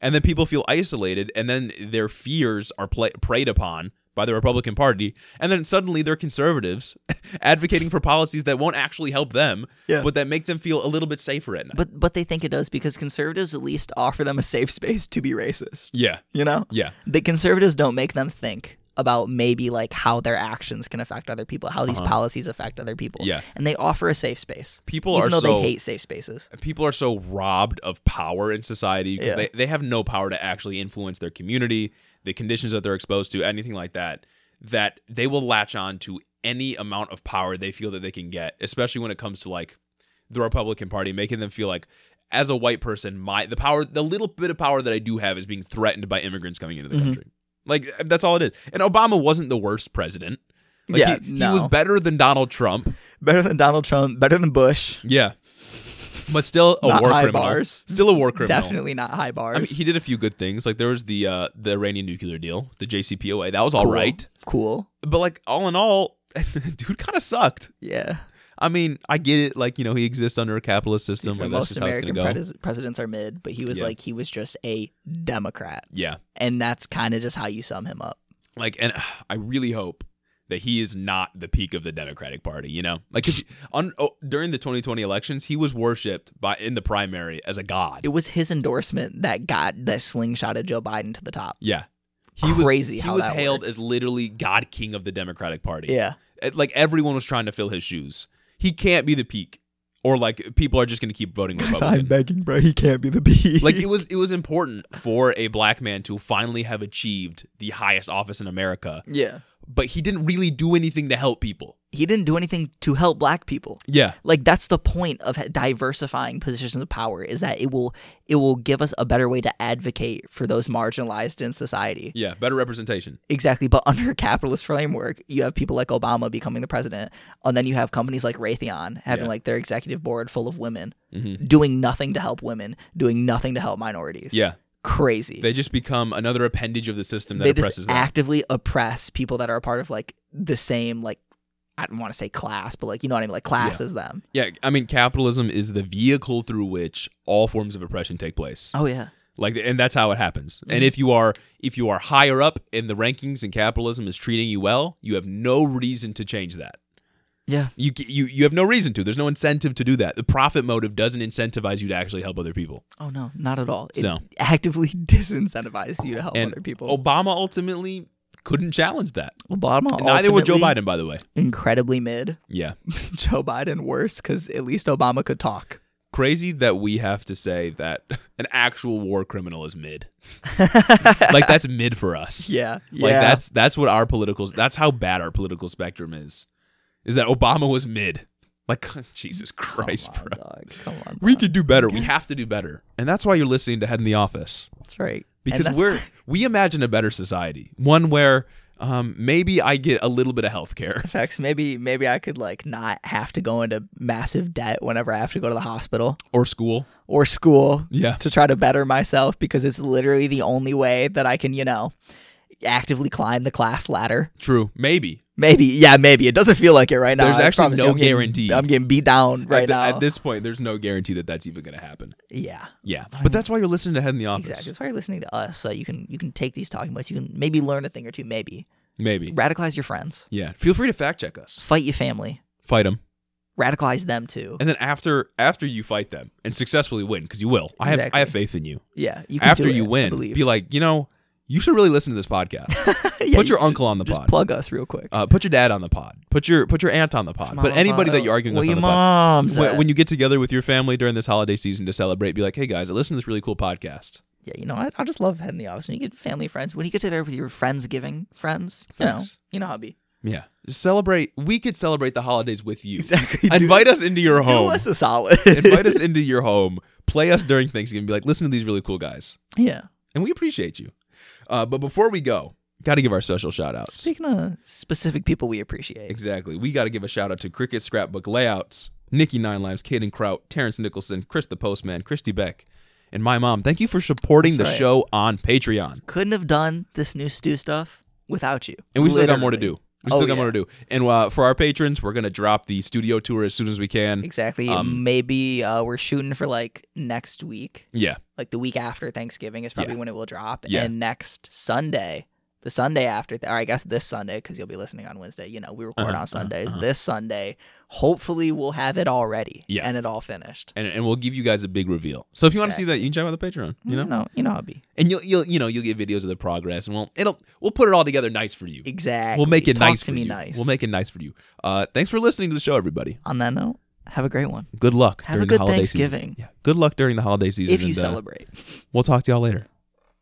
And then people feel isolated, and then their fears are pla preyed upon by the Republican Party. And then suddenly they're conservatives [laughs] advocating for policies that won't actually help them, Yeah. but that make them feel a little bit safer at night. but but they think it does because conservatives at least offer them a safe space to be racist. yeah. You know? Yeah. the conservatives don't make them think about maybe like how their actions can affect other people, how these policies affect other people. Uh-huh. Yeah. And they offer a safe space. People even are though so they hate safe spaces. people are so robbed of power in society because Yeah. they, they have no power to actually influence their community, the conditions that they're exposed to, anything like that, that they will latch on to any amount of power they feel that they can get, especially when it comes to like the Republican Party, making them feel like as a white person, my the power the little bit of power that I do have is being threatened by immigrants coming into the Mhm. country. Like that's all it is. And Obama wasn't the worst president. Like, Yeah, he, no. he was better than Donald Trump. Better than Donald Trump, better than Bush. Yeah. But still a Not war high criminal. bars. Still a war criminal. Definitely not high bars. I mean, he did a few good things. Like there was the uh the Iranian nuclear deal, the JCPOA. That was all cool. right. Cool. But like all in all, [laughs] dude kind of sucked. Yeah. I mean, I get it. Like you know, he exists under a capitalist system. For Like, that's most just how it's gonna American go. pres- presidents are mid, but he was Yeah. like he was just a Democrat. yeah. And that's kind of just how you sum him up. Like, and [sighs] uh, I really hope that he is not the peak of the Democratic Party. You know, like 'cause on oh, during the 2020 elections, he was worshipped by in the primary as a god. It was his endorsement that got that slingshotted Joe Biden to the top. yeah. Crazy was, how he was that hailed works. as literally God King of the Democratic Party. Yeah. it- like everyone was trying to fill his shoes. He can't be the peak, or like people are just going to keep voting Republican. begging, bro. He can't be the B. Like it was, it was important for a black man to finally have achieved the highest office in America, Yeah. but he didn't really do anything to help people. he didn't do anything to help black people Yeah, like that's the point of diversifying positions of power is that it will it will give us a better way to advocate for those marginalized in society yeah, better representation. exactly but [laughs] under a capitalist framework you have people like obama becoming the president and then you have companies like raytheon having Yeah. like their executive board full of women Mhm. doing nothing to help women doing nothing to help minorities Yeah, crazy they just become another appendage of the system that they oppresses just them. actively oppress people that are a part of like the same like i don't want to say class but like you know what i mean like class as them yeah, I mean, capitalism is the vehicle through which all forms of oppression take place. oh yeah like and that's how it happens Mm-hmm. and if you are if you are higher up in the rankings and capitalism is treating you well you have no reason to change that yeah you c- you you have no reason to there's no incentive to do that the profit motive doesn't incentivize you to actually help other people Oh no, not at all. It So- actively [laughs] disincentivizes you to help and other people. obama ultimately couldn't challenge that Obama, neither will joe ultimately biden by the way Incredibly mid. [laughs] yeah [laughs] Joe Biden worse because at least Obama could talk. crazy that we have to say that [laughs] an actual war criminal is [laughs] mid like that's mid for us Yeah, like that's that's what our political that's how bad our political spectrum is is that obama was mid Like [laughs] Jesus Oh Christ, Come on, bro. dog. Come on. We dog. could do better. We have to do better. And that's why you're listening to Head in the Office That's right. And because that's- we're we imagine a better society, one where um, maybe I get a little bit of health care. effects. Maybe maybe I could like not have to go into massive debt whenever I have to go to the hospital or school. or school Yeah. to try to better myself because it's literally the only way that I can, you know, actively climb the class ladder. True. Maybe. Maybe, yeah, maybe. It doesn't feel like it right now. There's I actually promise you, no I'm getting- guarantee. I'm getting beat down right at, now. at this point, there's no guarantee that that's even going to happen. yeah. Yeah. But that's why you're listening to Head in the Office. Exactly. That's why you're listening to us. So you can you can take these talking points. You can maybe learn a thing or two. Maybe Maybe. radicalize your friends. Yeah. Feel free to fact check us. Fight your family. Fight them. Radicalize them too. And then after after you fight them and successfully win because you will. I have I Exactly. have faith in you. Yeah. You can after do it, you I win, believe. be like, "You know, you should really listen to this podcast. [laughs] Yeah, put your you uncle on the just pod. plug us real quick. uh, put your dad on the pod. Put your put your aunt on the pod. Mom, But anybody mom, that you're arguing where with on your the pod. mom's When, at? when you get together with your family during this holiday season to celebrate, be like, "Hey guys, I listened to this really cool podcast." yeah, you know, I, I just love heading the office. When you get family friends, when you get together with your friends, giving friends, you know, Thanks. you know how it be. Yeah, Just celebrate. We could celebrate the holidays with you. Exactly. Invite us into your [laughs] Do home. us a solid. Invite us into your home. Play us during Thanksgiving. Be like, listen to these really cool guys, [laughs] yeah. and we appreciate you. Uh, but before we go, got to give our special shout outs. Speaking of specific people we appreciate, Exactly. We got to give a shout out to Cricket Scrapbook Layouts, Nikki Nine Lives, Kaden Kraut, Terrence Nicholson, Chris the Postman, Christy Beck, and my mom. Thank you for supporting That's the right. show on Patreon. couldn't have done this new stew stuff without you. And we still got more to Literally. do. We still Oh, got more yeah. to do. And uh, for our patrons, we're going to drop the studio tour as soon as we can. Exactly. Um, Maybe uh, we're shooting for like next week, Yeah. like the week after Thanksgiving is probably when it will drop, Yeah. and next Sunday. The Sunday after, th- or I guess this Sunday, because you'll be listening on Wednesday. You know, we record Uh-huh, uh-huh, on Sundays. uh-huh. This Sunday, hopefully, we'll have it all ready Yeah. and it all finished. And, and we'll give you guys a big reveal. So if you want to see that, you can check out the Patreon. You know, you know, how it be and you'll you'll you know you'll get videos of the progress, and we'll it'll we'll put it all together nice for you. exactly. We'll make it Talk nice to for me. you. Nice. We'll make it nice for you. Uh, thanks for listening to the show, everybody. On that note, have a great one. Good luck Have a during good the holiday season. Thanksgiving Yeah, good luck during the holiday season. if you and, uh, celebrate. We'll talk to y'all later.